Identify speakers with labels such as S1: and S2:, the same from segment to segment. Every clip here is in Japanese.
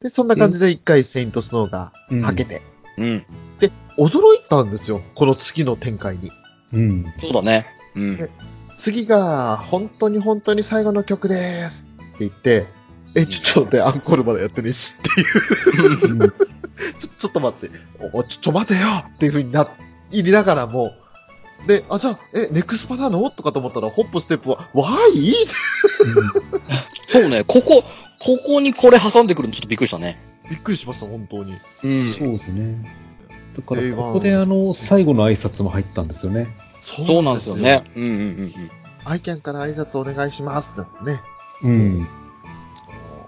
S1: で、そんな感じで一回セイントスノーが
S2: うん
S1: はけて、
S3: うん。
S1: で、驚いたんですよ。この次の展開に。
S2: うん。
S3: そうだね。うん。
S1: 次が、本当に本当に最後の曲ですって言って、え、ちょっと待って、アンコールまでやってねえしって いう、
S2: うん
S1: ちょ、ちょっと待って、お、ちょ、ちょ待てよっていう風にな、入りながらも、で、あ、じゃあ、え、ネクスパなのとかと思ったら、ホップステップは、わーいって
S3: そうね、ここ、ここにこれ挟んでくるのちょっとびっくりしたね。
S1: びっくりしました、本当に。
S3: うん
S2: そうですね。だか
S1: で
S2: ら、
S1: まあ
S2: ここであの、最後の挨拶も入ったんですよね。
S3: そうなんですよね。。うんうんうん
S1: アイキャンから挨拶お願いしますってなってね。
S2: うん。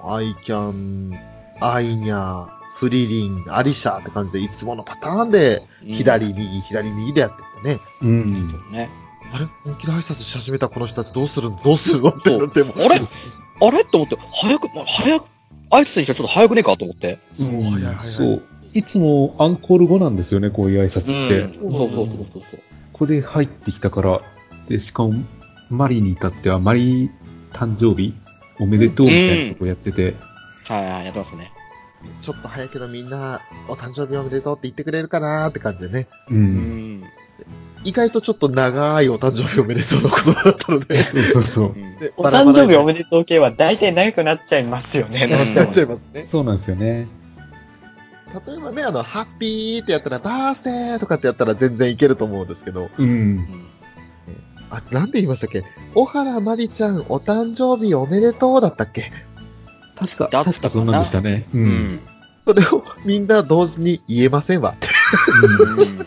S1: アイキャン、アイニャー、フリリン、アリシャーって感じで、いつものパターンで、
S3: うん。
S1: 左、右、左、右でやってってね。
S2: うん。
S3: ね。
S1: あれ本気で挨拶し始めたこの人たちどうするのどうするのって
S3: そう
S1: なっても。
S3: あれあれと思って、早く、まあ早く、挨拶にしてはちょっと早くねえかと思って。
S1: そう、
S2: うん
S1: 早い早い早い。
S2: そう。いつもアンコール後なんですよね、こういう挨拶って。
S3: そうそうそうそうそう。
S2: ここで入ってきたから、で、しかも、マリに至っては、マリ誕生日おめでとうみたいなことをやってて、
S3: はいはい、やってますね。
S1: ちょっと早いけどみんな、お誕生日おめでとうって言ってくれるかなーって感じでね。
S2: うん。
S3: うん。
S1: 意外とちょっと長いお誕生日おめでとうのことだったの で。
S2: そうそうそう。
S1: で
S4: お誕生日お
S1: めで
S4: めでとう系は大体長くなっちゃいますよね、どうし
S1: とう。
S4: ても
S1: っちゃいますね。
S2: そうなんですよね。
S1: 例えばね、あの、ハッピーってやったら、バースデーとかってやったら全然いけると思うんですけど、
S2: うん。
S1: あ、なんで言いましたっけ小原まりちゃん、お誕生日おめでとうだったっけ
S2: 確か、
S3: だったかな
S2: 確かそんなんでしたね。う。
S3: うんん。
S1: それをみんな同時に言えませんわ。
S3: うん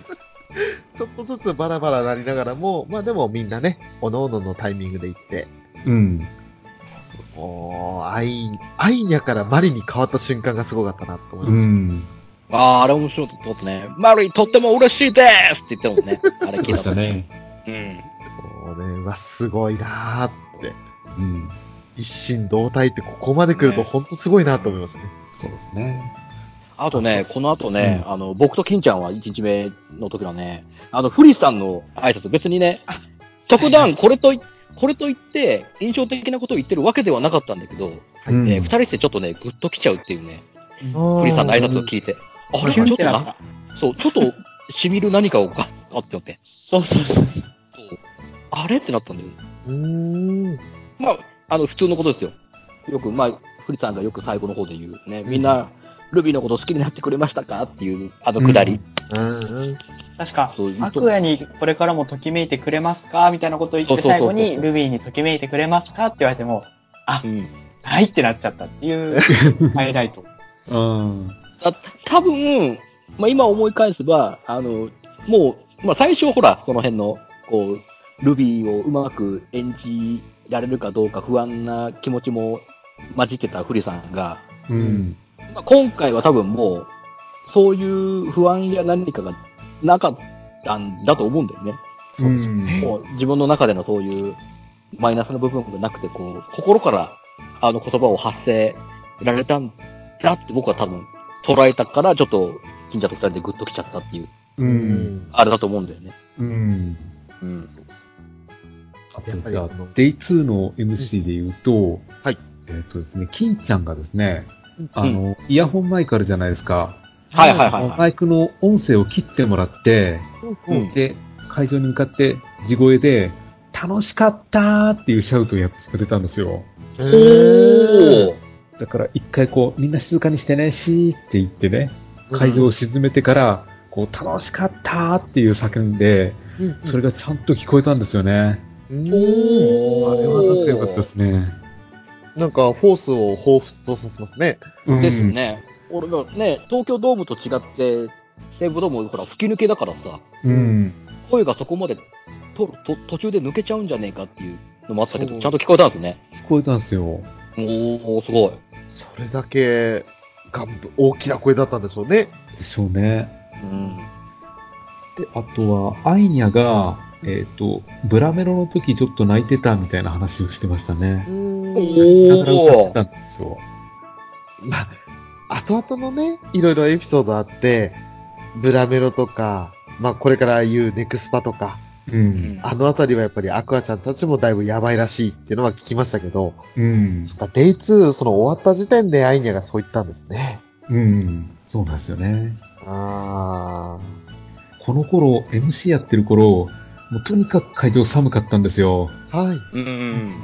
S1: ちょっとずつバラバラなりながらも、まあでもみんなね、おのおののタイミングで行って、
S2: うん。
S1: おー、アイ、アイニャからマリに変わった瞬間がすごかったなと思いうました。
S2: ん。
S3: ああ、あれ面白かったですね。マリー、とっても嬉しいですって言ってますね。あれ
S2: そう
S3: 聞い
S2: でしたた
S3: 時。
S2: ね。
S3: うん。
S1: これはすごいなーって。
S2: うん。
S1: 一心同体ってここまで来ると
S3: ね
S1: ほんとすごいなと思いますね。
S2: そうですね。
S3: あとね、この後ね、
S2: う
S3: あの、僕と金ちゃんは1日目の時のね、あの、フリーさんの挨拶、別に ね、特段これとい、これと言って、印象的なことを言ってるわけではなかったんだけど、
S1: はい
S2: うん
S3: えー二人してちょっとね、グッと来ちゃうっていうね、
S1: フ
S3: フリーさんの挨拶を聞いて、あれ、ち
S4: キ
S3: ょ
S4: ュン
S3: っ
S4: って
S3: と
S4: なっ
S3: な
S4: た、。
S3: そう、ちょっと、染みる何かをか、あって思って、
S4: そうそうそうそ
S3: そ
S4: う。
S3: うあれってなったんだよ。
S1: うーん。
S3: まあ、あの、普通のことですよ。よく、まあ、古さんがよく最後の方で言うね、
S1: ん
S3: みんな、ルビーのこと好きになってくれましたかっていう、あのくだり。
S1: うん。
S4: 確か
S3: そういう、と
S4: アクアにこれからもときめいてくれますかみたいなことを言っ
S3: そう
S4: て、
S3: そうそう
S4: 最
S3: そう
S4: 後にルビーにときめいてくれますかって言われても、
S3: うん。
S4: はいってなっちゃったっていうハイライト。
S2: うん。
S3: だ多分、まあ、今思い返せば、あの、もう、まあ、最初ほら、その辺の、こう、ルビーをうまく演じられるかどうか不安な気持ちも混じってた古さんが、
S2: うん。
S3: まあ、今回は多分もう、そういう不安や何かがなかったんだと思うんだよね。
S2: う
S1: うです
S2: ん。
S3: もう自分の中でのそういうマイナスの部分がなくて、こう、心からあの言葉を発せられたんだって僕は多分捉えたから、ちょっと金ちゃんと二人でグッときちゃったっていう、
S1: う
S2: う。
S1: んん。
S3: あれだと思うんだよね。
S2: うん。
S3: うん。
S2: あ
S1: やっぱ
S2: と
S1: り
S2: じゃあ
S1: あの、
S2: デイ2の MC で言うと、
S1: はい。
S2: えっ、とですね、金ちゃんがですね、あの、イヤホンマイクあるじゃないですか。
S3: はいはいはい、は
S2: マイクの音声を切ってもらって、
S3: い。うん。
S2: で、会場に向かって、地声で、楽しかったーっていうシャウトをやってくれたんですよ。
S1: お
S3: おお
S2: だから一回こう、みんな静かにしてね、しーって言ってね、会場を沈めてから、こう、楽しかったーっていう叫んで、それがちゃんと聞こえたんですよね。
S1: うん
S2: あれはなんか良かったですね。
S1: なんか、フォースを彷彿とさせますね。
S2: うん。
S3: ですね。俺がね、東京ドームと違って、西武ドームほら吹き抜けだからさ、
S2: うん。
S3: 声がそこまでとと途中で抜けちゃうんじゃねえかっていうのもあったけ
S1: そ
S3: ど、
S1: う
S3: ちゃんと聞こえたんですね。
S2: 聞こえたんですよ。
S3: おおすごい。
S1: それだけ、がんぶ大きな声だったんでしょうね。
S2: でしょうね。
S3: うん。
S2: で、あとは、アイニャが、えっ、と、ブラメロの時ちょっと泣いてたみたいな話をしてましたね。だから歌ってたんですよ。
S1: まあ、後々のね、いろいろエピソードあって、ブラメロとか、まあ、これから言うネクスパとか、
S2: うん。
S1: あのあたりはやっぱりアクアちゃんたちもだいぶやばいらしいっていうのは聞きましたけど、
S2: うん。
S1: そっか、デイ2、その終わった時点でアイニャがそう言ったんですね。
S2: うん。そうなんですよね。
S1: あ
S2: この頃、MC やってる頃、もうとにかく会場寒かったんですよ。
S1: ー。はい。
S4: うん。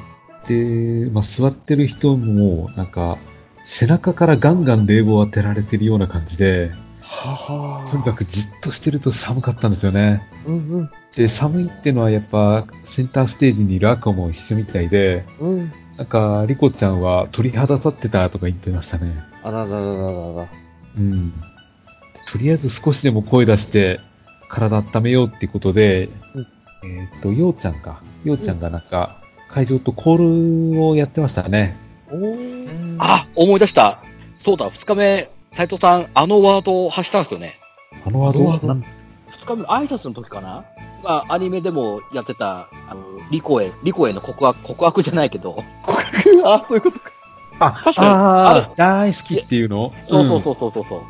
S2: で、まあ、座ってる人も、なんか、背中からガンガン冷房を当てられてるような感じで、
S1: はは
S2: とにかくじっとしてると寒かったんですよね。
S1: うんうん。
S2: で、寒いってのはやっぱ、センターステージにいる赤も一緒みたいで、
S1: うん。
S2: なんか、リコちゃんは鳥肌立ってたとか言ってましたね。
S1: あらららららら。
S2: うん。とりあえず少しでも声出して、体温めようってことで、
S1: うん
S2: えーっと、ようちゃんか。ようちゃんがなんか、会場とコールをやってましたね。
S1: おー。
S3: あ、思い出した。そうだ、二日目、斎藤さん、あのワードを発したんですよね。
S2: あのワ
S1: あのワ
S2: ー
S1: ー
S2: ド、
S1: ド
S2: なん
S3: 二日目、挨拶の時かなが、アニメでもやってた、あの、リコへ、リコへの告白、告白じゃないけど、
S1: あ、そういうことか。
S2: あ、
S3: 確かに
S2: あ
S3: あ
S2: ー大好きっていうの
S3: そうそう
S2: うん
S3: そうそうそうそう。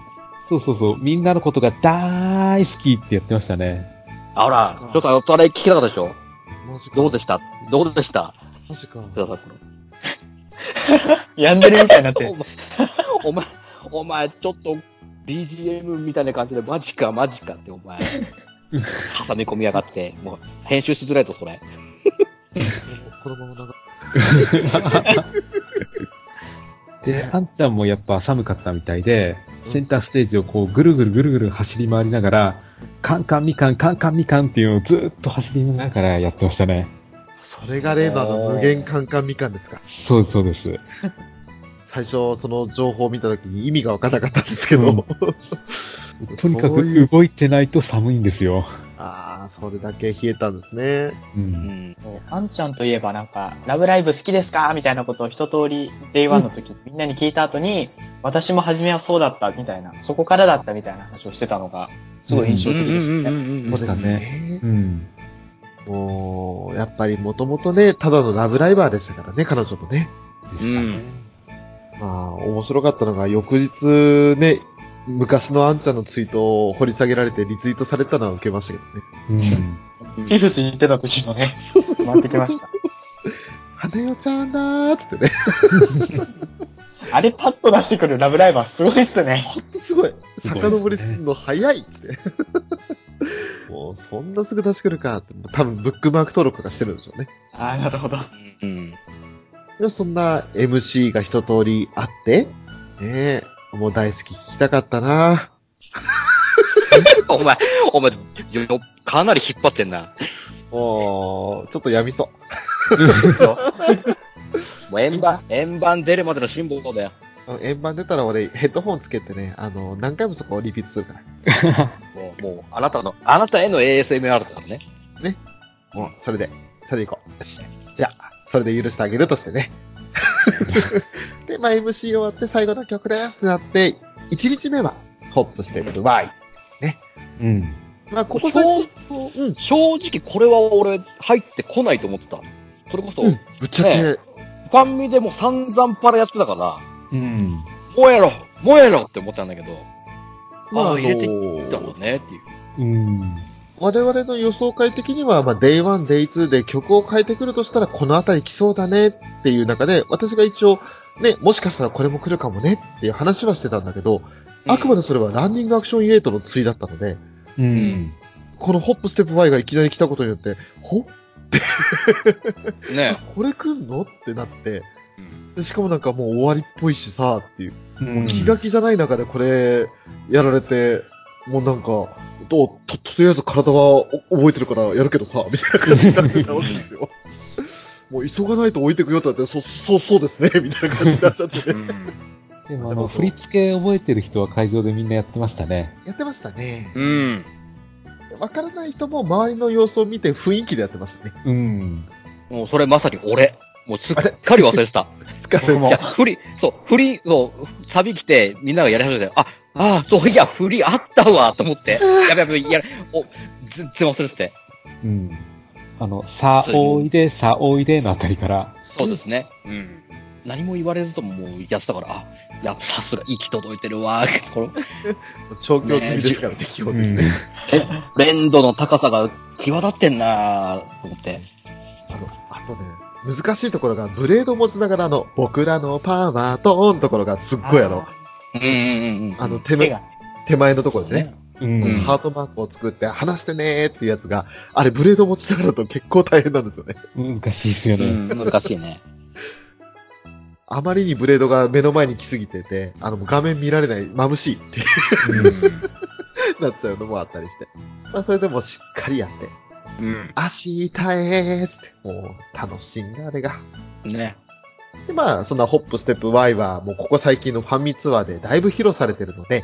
S2: そうそうそう。みんなのことが大好きってやってましたね。
S3: あら、ちょっと、それ聞きなかったでしょ
S1: マジか。
S3: どうでしたどうでした
S1: マジか。
S3: 福田さん
S4: 病んでるみたいになって
S3: お前
S4: る。、
S3: お前、お前、ちょっと BGM みたいな感じで、マジか、マジかって、お 前、挟み込みやがって、もう、編集しづらいと、それ。
S1: このまま流
S2: で、あんちゃんもやっぱ寒かったみたいで、
S1: うん
S2: センターステージをこうぐるぐるぐるぐる走り回りながら、カンカンみかん、カンカンみかんっていうのをずーっと走りながらやってましたね。
S1: それが例のあの無限カンカンみかんですか。
S2: そうです、そうです。
S1: 最初、その情報を見たときに意味が分からなかったんですけど。
S2: うん とにか
S1: そういう
S2: く動いてないと寒いんですよ。
S1: ああ、それだけ冷えたんですね。
S2: う。
S3: うんん。
S4: あんちゃんといえばなんか、ラブライブ好きですかみたいなことを一通り、Day1 の時、みんなに聞いた後に、私も初めはそうだったみたいな、そこからだったみたいな話をしてたのが、すごい印象的でしたね。
S2: ん
S1: そうですね
S2: う。ん。
S1: もう、やっぱりもともとね、ただのラブライバーでしたからね、彼女もね。
S2: でしたね。
S1: まあ、面白かったのが、翌日ね、昔のあんちゃんのツイートを掘り下げられてリツイートされたのは受けましたけどね。
S2: うん。
S4: ティフスに行ってた時のね、回ってきました。
S1: 花代ちゃんだーっつってね。
S4: あれパッと出してくるラブライバーすごいっすね。
S1: すごい。
S2: ごいですね
S1: 遡りすんの早いっつ って。もう、そんなすぐ出してくるかって。多分、ブックマーク登録とかしてるんでしょうね。
S4: ああ、なるほど。
S3: うん。
S1: でそんな MC が一通りあって、ねえ、もう大好き聞きたかったな。
S3: お前、お前、よよかなり引っ張ってんな。
S1: もう、ちょっとやみそ
S3: もう円盤、円盤出るまでの辛抱だよ。
S1: う。あの円盤出たら俺ヘッドホンつけてね、あの、何回もそこをリピートするから。
S3: もう、もう、あなたの、あなたへの ASMR だからね。
S1: もう、それで、それでいこう。よしじゃあ、それで許してあげるとしてね。 で、まあ MC 終わって最後の曲ですってなって、1日目は、ホップしてるわい。
S2: うん。
S1: まあ、ここ
S3: こ
S1: 最近、
S3: こ
S1: うん、
S3: 正直これは俺入ってこないと思ってた。それこそ、
S1: う
S3: フ
S1: ん、ぶっちゃけ、
S3: ねァンミでも散々パラやってたから、
S2: うん。
S3: もうやろもうやろって思ったんだけど、
S1: まあ、あ
S3: あ入れてきだ
S1: の
S3: ろうねっていう。
S2: うん。
S1: 我々の予想会的には、まあ、デイ1、デイ2で曲を変えてくるとしたら、このあたり来そうだねっていう中で、私が一応、ね、もしかしたらこれも来るかもねっていう話はしてたんだけど、あくまでそれはランニングアクション8の対だったので、
S2: うん。
S1: このホップステップ Y がいきなり来たことによって、ほ
S3: でね。
S1: これ来んのってなって
S3: う、
S1: でしかもなんかもう終わりっぽいしさ、っていう。
S2: うん
S1: 気が気じゃない中でこれやられて、もうなんか、どうと、とりあえず体は覚えてるからやるけどさ、みたいな感じになってたわけです よ。もう急がないと置いてくよってなって、そ、そう、そうですね、みたいな感じになっちゃって
S3: う
S1: ね。
S3: ん。
S2: でもあの、振り付け覚えてる人は会場でみんなやってましたね。
S1: やってましたね。
S3: うん。
S1: わからない人も周りの様子を見て雰囲気でやってましたね。
S2: うん。
S3: もうそれまさに俺。もうすっかり忘れてた。
S1: 疲れ
S4: 僕も
S3: いや、振り、そう、振り、そう、サビ来て、みんながやり始めて、あ、ああ、そういや、振りあったわ、と思って。 やべやべ、やべ、お、全然忘れてて。
S2: うん。あの、さおいで、さおいでのあたりから。
S3: そうですね。うん。何も言われずとももうやってたから、あ、やっぱさすが息届いてるわ、この
S1: 調教済みですからね、基本的にね。
S3: 連度の高さが際立ってんなぁと思って。
S1: あの、あとね、難しいところが、ブレード持ちながらの、僕らのパワーとーンところがすっごいあの、
S3: うんうんうんうん。
S1: あの手
S4: 手
S1: の
S4: が、
S1: 手前のところでね、
S2: うん
S3: うん
S1: ハートマークを作って、話してねーっていうやつが、あれ、ブレード持ちながらだと結構大変なんですよね。
S2: 難しいですよ
S3: う
S2: ね。
S3: ん、難しいね。
S1: あまりにブレードが目の前に来すぎてて、あの、画面見られない、眩しいってなっちゃうのもあったりして。まあ、それでもしっかりやって、
S2: うん
S1: 明日へーっつって、もう、楽しんだ、あれが。
S3: ね。
S1: で、まあ、そんなホップ、ステップ、ワイは、もうここ最近のファンミツアーでだいぶ披露されてるので、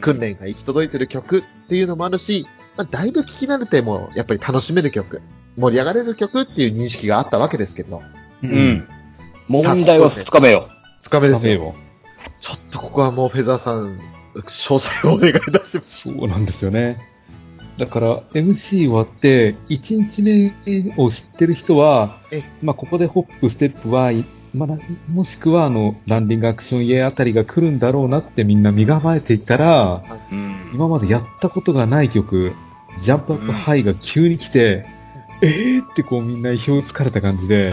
S1: 訓練が行き届いてる曲っていうのもあるし、まあ、だいぶ聞き慣れても、やっぱり楽しめる曲、盛り上がれる曲っていう認識があったわけですけど、
S2: う。
S3: うんん。問題は2日目よ。
S1: つかめで
S2: 食
S1: す
S2: べ
S1: よ。
S2: よ
S1: ちょっとここはもうフェザーさん、詳細をお願いいたしま
S2: う。
S1: す。
S2: そうなんですよね。だから、MC 終わって、1日目を知ってる人は
S1: え、
S2: まあ、ここでホップ、ステップは、まあ、なもしくは、あの、ランディングアクション家あたりが来るんだろうなってみんな身構えていたら、
S3: うん。
S2: 今までやったことがない曲、ジャンプアップハイが急に来て、えーってこうみんな意表をつかれた感じで、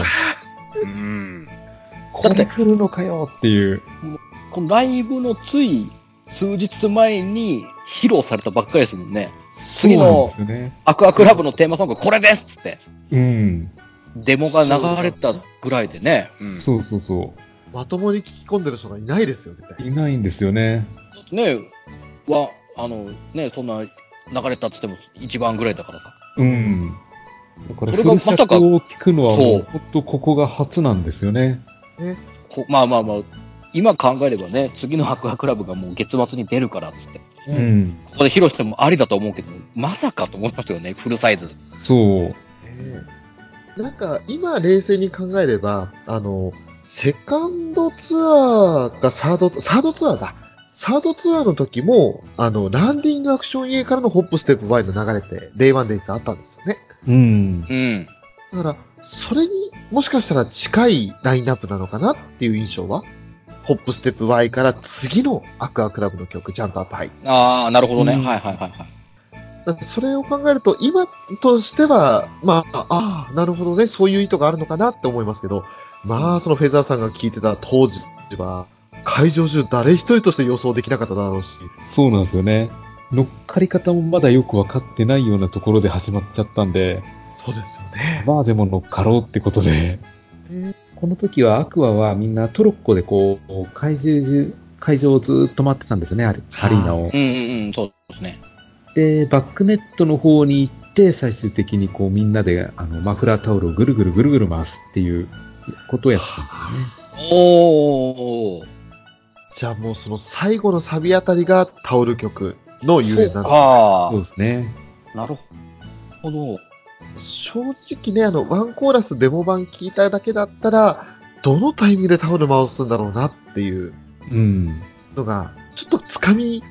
S3: うん。
S2: これ来るのかよっていう。
S3: このライブのつい数日前に披露されたばっかりですもんね。次の
S2: そうなんですよね。
S3: アクアクラブのテーマソングこれですっつって。
S2: うん。
S3: デモが流れたぐらいでね。うん
S2: そうそうそ
S1: まともに聞き込んでる人がいないですよ、絶
S2: う。
S1: 対。
S2: いないんですよね。
S3: ねは、あの、ねそんな流れたっつっても一番ぐらいだからさ。
S2: うん。だか
S3: そ
S2: ら、フ
S3: れがま
S2: ル
S3: さ
S2: 尺
S3: か
S2: を聞くのはも、
S3: そうう
S2: ほんとここが初なんですよね。
S3: こまあまあまあ、今考えればね、次のアクアクラブがもう月末に出るからっつって。
S1: う
S2: うんん。
S3: ここで披露してもありだと思うけど、まさかと思いますよね、フルサイズ。
S2: そう。
S1: ねえなんか、今冷静に考えれば、あの、セカンドツアーかサード、サードツアーだ。サードツアーの時も、あの、ランディングアクション A からのホップステップ Y の流れって、レイワンデイズあったんですよね。
S2: うん。
S3: うん。
S1: だから、それにもしかしたら近いラインナップなのかなっていう印象は、ホップステップ Y から次のアクアクラブの曲、ジャンプアップハイ。
S3: ああ、なるほどね。
S2: うん
S3: はいはいはいはい。
S1: だからそれを考えると、今としては、まあ、ああ、なるほどね、そういう意図があるのかなって思いますけど、まあ、そのフェザーさんが聞いてた当時は、会場中誰一人として予想できなかっただろうし、
S2: そうなんですよね。乗っかり方もまだよくわかってないようなところで始まっちゃったんで、
S1: そうですよね。
S2: まあでも乗っかろうってことで。この時はアクアはみんなトロッコでこう、会場中、会場をずっと回ってたんですね、アリアリーナを。
S3: うんうんうん、そうですね。
S2: で、バックネットの方に行って、最終的にこうみんなであのマフラータオルをぐるぐるぐるぐる回すっていうことをやってたんですよね。
S3: おお。
S1: じゃあもうその最後のサビあたりがタオル曲の有名な
S3: あ
S2: そうですね。
S3: あ、なるほど。
S1: 正直ね、あの、ワンコーラスデモ版聞いただけだったら、どのタイミングでタオル回すんだろうなっていう
S2: うん。
S1: のが、ちょっと掴み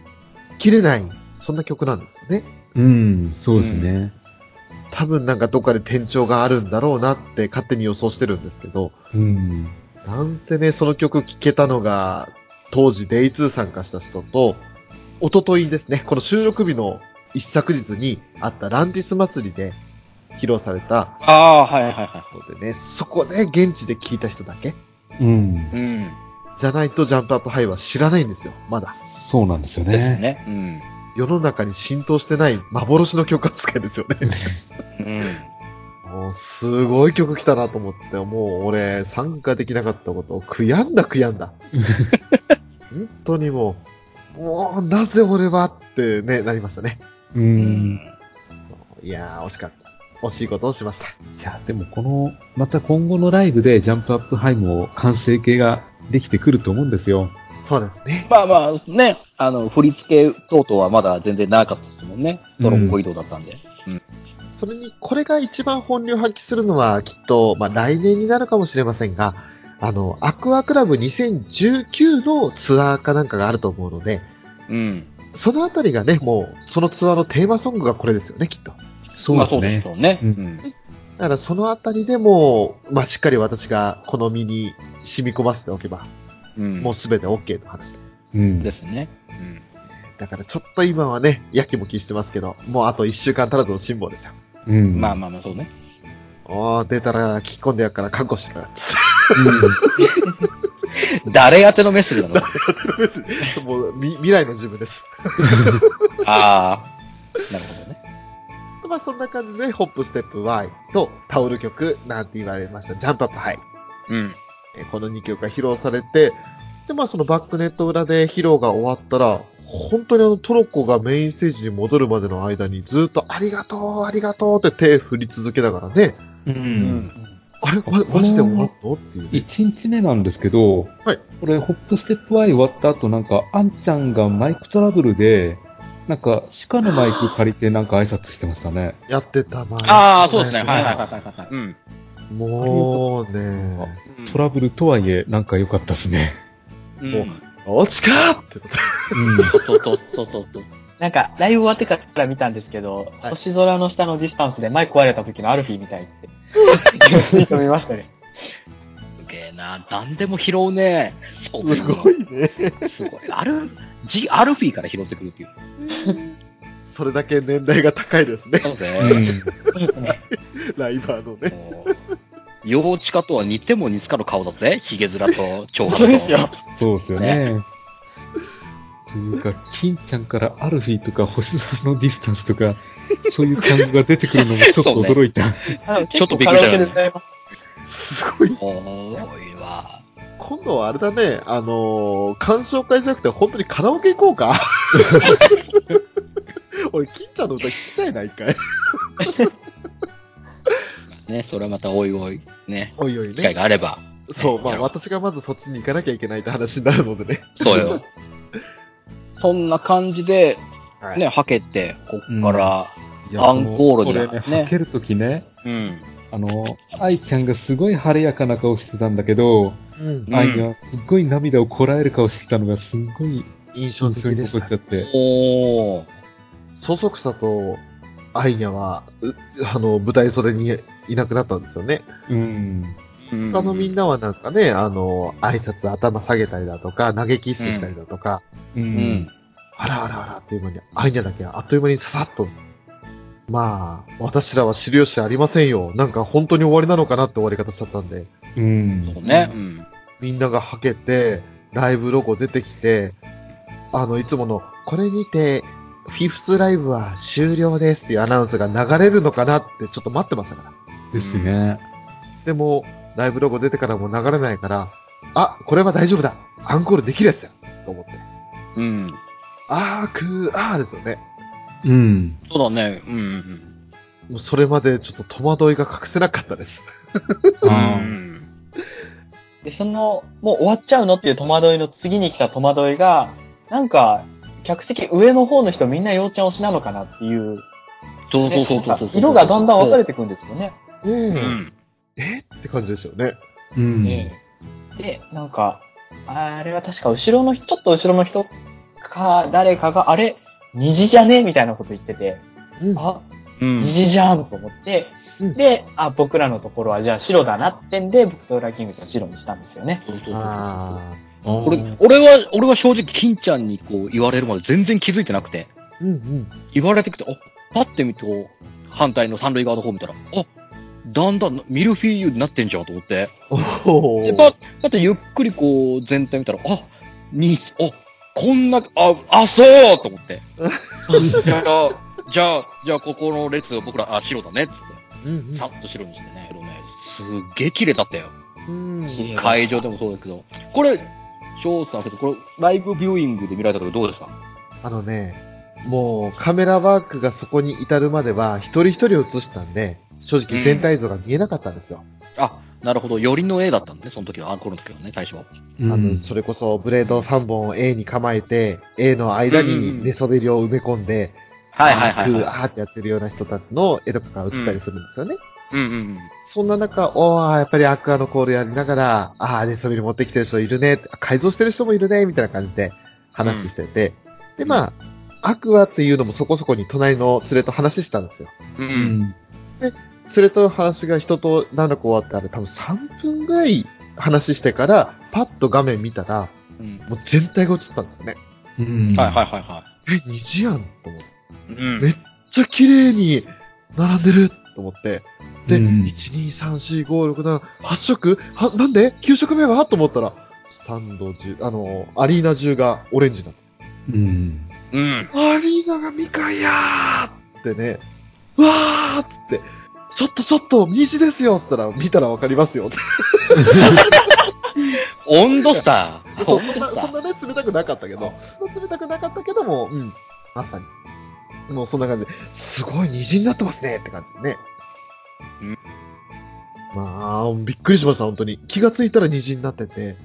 S1: きれない、そんな曲なんですよね。
S2: うん、そうですね。
S1: 多分なんかどっかで転調があるんだろうなって勝手に予想してるんですけど、
S2: うん。
S1: なんせね、その曲聴けたのが、当時 Day2 参加した人と、一昨日ですね、この収録日の一昨日にあったランティス祭りで披露された
S3: ああ、はいはいは
S1: のでね、そこで現地で聴いた人だけ
S2: うん。
S3: い。うん。
S1: じゃないとジャンプアップハイは知らないんですよ、まだ。
S2: そうなんですよ
S3: です
S2: ね。
S3: ね。うん。
S1: 世の中に浸透してない幻の曲扱いですよね。
S3: うん。
S1: もうすごい曲来たなと思って、もう俺参加できなかったことを悔やんだ悔やんだ。本当にもう、もうなぜ俺はってね、なりましたね。
S2: う
S3: うんん。
S1: いやー、惜しかった。惜しいことをしました。
S2: いや、でもこの、また今後のライブでジャンプアップハイも完成形ができてくると思うんですよ。
S1: そうですね。
S3: まあまあ、ね、あの、振り付け等々はまだ全然なかったですもんね。ドロッコ移動だったんで。
S1: それに、これが一番本領発揮するのは、きっと、まあ来年になるかもしれませんが、あの、アクアクラブ2019のツアーかなんかがあると思うので、
S3: うん。
S1: そのあたりがね、もう、そのツアーのテーマソングがこれですよね、きっと。
S2: そ
S3: まあそうです。よね。
S2: うん
S3: うん。
S1: だからそのあたりでも、まあ、しっかり私が好みに染み込ませておけば、
S3: うん。
S1: もうすべて OK の話です。
S2: うん
S3: で。すね。うん。
S1: だからちょっと今はね、やきもきしてますけど、もうあと1週間足らずの辛抱ですよ。
S2: うん。
S3: まあまあまあ、そうね。
S1: ああ、出たら聞き込んでやっから覚悟してから。
S3: 誰宛てのメッセージなの
S1: もうみ未来の自分です。
S3: ああ。なるほどね。
S1: まあそんな感じで、ホップステップ Y とタオル曲なんて言われました。ジャンプアップハイ。
S3: うん。
S1: えーこの2曲が披露されて、で、まあそのバックネット裏で披露が終わったら、本当にあのトロッコがメインステージに戻るまでの間にずっとありがとう、ありがとうって手振り続けながらね、
S2: うん。
S3: うん。
S1: あれ、ま、マジで終わるのっていう、ね。
S2: 1日目なんですけど、
S1: はい
S2: これ、ホップステップ Y 終わった後、なんか、あんちゃんがマイクトラブルで、なんか、鹿のマイク借りて、なんか挨拶してましたね。
S1: やってたな
S3: ああ、そうですね。はいはいはいはいはい。うん。
S1: もうね、
S2: トラブルとはいえ、なんか良かったですね。
S3: うん。
S1: 落ちかってこと。
S3: そうそうそうそうそうそう。
S4: なんか、ライブ終わってから見たんですけど、
S1: はい
S4: 星空の下のディスタンスで前壊れた時のアルフィーみたい って。見ましたね。
S3: すげえな。何でも拾うね。す
S1: すごいね。
S3: すごい。アル、ジ・アルフィーから拾ってくるっていう。
S1: それだけ年代が高いですね、
S3: そう
S2: う
S3: ね。
S2: ん。
S4: そうですね。
S1: ライバーのね。
S3: もう幼稚家とは似ても似つかの顔だぜ。ヒゲ面と長
S4: そう
S3: 髪
S4: で
S3: と。
S4: すよ。
S2: そうですよね。というか、金ちゃんからアルフィーとか、星空のディスタンスとか、そういう単語が出てくるのもちょっと驚いた。
S3: ちょっとびっ
S4: カ
S3: くりしたよ
S4: ラオ
S3: ね
S4: ケで歌います。
S1: すごい。
S3: おー、多いわ。
S1: 今度はあれだね、あのー、鑑賞会じゃなくて、本当にカラオケ行こう か。俺、金ちゃんの歌聞きたいな、一回。
S3: ね、それはまたおいおい、ね、
S1: おいおい
S3: 機会
S1: ね。
S3: があれば。
S1: そう、ま
S3: や
S1: あ、
S3: ろう
S1: 私がまずそっちに行かなきゃいけないって話になるのでね。
S3: そうよ。 そんな感じで、
S1: はい
S3: ね、はけて、こっから、
S2: いや
S3: アンコール
S2: こ
S3: にな
S2: れ
S3: る
S2: ね、
S3: ね
S2: はけるときね、
S3: うん。
S2: あの、愛ちゃんがすごい晴れやかな顔してたんだけど、
S1: うん
S3: うん
S2: 愛がすっごい涙をこらえる顔してたのがすっごい
S1: 印象
S2: 印
S1: 的
S2: 象に
S1: で
S2: 残
S1: し
S2: っち
S1: た
S2: ゃ。って。
S3: おー。
S1: そそくさと、アイニャは、うあの、舞台袖にいなくなったんですよね。
S2: うん。
S3: うん
S1: 他のみんなはなんかね、あの、挨拶頭下げたりだとか、投げキッスしたりだとか、
S2: う
S3: うんん。。
S1: あらあらあらっていう間に、アイニャだけあっという間にささっと。まあ、私らは知る由ありませんよ。なんか本当に終わりなのかなって終わり方しちゃったんで、
S2: うん。
S3: そうね。うん。
S1: みんながはけて、ライブロゴ出てきて、あの、いつもの、これにて、フィフスライブは終了ですっていうアナウンスが流れるのかなってちょっと待ってましたから。
S2: ですね。
S1: でも、ライブロゴ出てからも流れないから、あ、これは大丈夫だアンコールできるやつだと思って。
S3: うん。
S1: あーくー、あーですよね。
S2: うん。
S3: そうだね。うんうん
S1: もうそれまでちょっと戸惑いが隠せなかったです。
S3: うん。
S2: あ
S3: うん。
S4: で、その、もう終わっちゃうのっていう戸惑いの次に来た戸惑いが、なんか、客席上の方の人みんな陽ちゃん推しなのかなっていう。
S3: そうそうそうそうそうそう。
S4: 色がだんだん分かれてくんですよね。
S1: ねえ、
S3: うん。
S1: えって感じですよね。
S2: うん。
S4: で、でなんか、あれは確か後ろの人、ちょっと後ろの人か、誰かが、あれ虹じゃねみたいなこと言ってて、
S1: うん
S4: あ、
S3: うん。
S4: 虹じゃんと思って、
S1: うん
S4: で、あ、僕らのところはじゃあ白だなってんで、僕と裏キングさん白にしたんですよね。
S3: そうそうそうそう。
S1: あ
S2: こ
S3: 俺、俺は、俺は正直、金ちゃんにこう言われるまで全然気づいてなくて、
S1: あ、うんうん。
S3: 言われてきて、あ、パッて見て、こう反対の三塁側の方見たら、あ、だんだんミルフィーユになってんじゃんと思って、
S1: お
S3: で、
S1: ー
S3: パッ、パッてゆっくりこう全体見たら、あ、に、あ、こんな、あ、あ、そうと思って。じゃあ、じゃあ、じゃあ、ここの列を僕ら、あ、白だねっつって、
S1: うんうん
S3: さっと白にしてね、色ね、すっげえ綺麗だったよ。
S1: うん
S4: 綺麗
S3: 会場でもそうだけど、これ、翔さん、これ、ライブビューイングで見られたけど、どうでした
S1: あのね、もうカメラワークがそこに至るまでは一人一人映したんで、正直全体像が見えなかったんですよ。
S3: あ、なるほど。よりの絵だったんだね、その時は。アンコールの時はね、最初は。
S1: あの、それこそブレード3本を A に構えて、A の間
S3: うんう
S1: に
S3: ん
S1: 寝そべりを埋め込んで、
S3: はいはいはい、
S1: あーく
S3: は
S1: ーあーってやってるような人たちの絵とかが映ったりするんですよね。
S3: い。うんうん
S1: そんな中、おー、やっぱりアクアのコールやりながら、あー、レスビル持ってきてる人いるね、改造してる人もいるね、みたいな感じで話してて、で、まあ、アクアっていうのもそこそこに隣の連れと話してたんですよ。
S3: うん。う。
S2: うんん。
S1: 連れとの話が人と何らか終わってあれ、多分3分ぐらい話してから、パッと画面見たら、
S3: うん
S1: もう全体が映ってたんですよね。
S2: うん。
S3: はいはいはいは
S1: え、虹やんと思って。
S3: い。うん
S1: めっちゃ綺麗に並んでると思って、で、
S2: うん
S1: 1、2、3、4、5、6、7、8色は、なんで ?9 色目はと思ったら、スタンド中、あの、アリーナ中がオレンジだっ
S2: うん。
S3: うん。
S1: た。アリーナがみかんやーってね、うわーっつって、ちょっとちょっと、虹ですよっつったら、見たらわかりますよって。
S3: 温度 差。
S1: そ
S3: 温
S1: んな、
S3: 度
S1: そんなね、冷
S3: 差。
S1: たくなかったけど、そんな冷たくなかったけども、うん、まさに。もうそんな感じで、すごい虹になってますねって感じでね。
S3: うん
S1: まあ、びっくりしました、本当に。気がついたら虹になってて、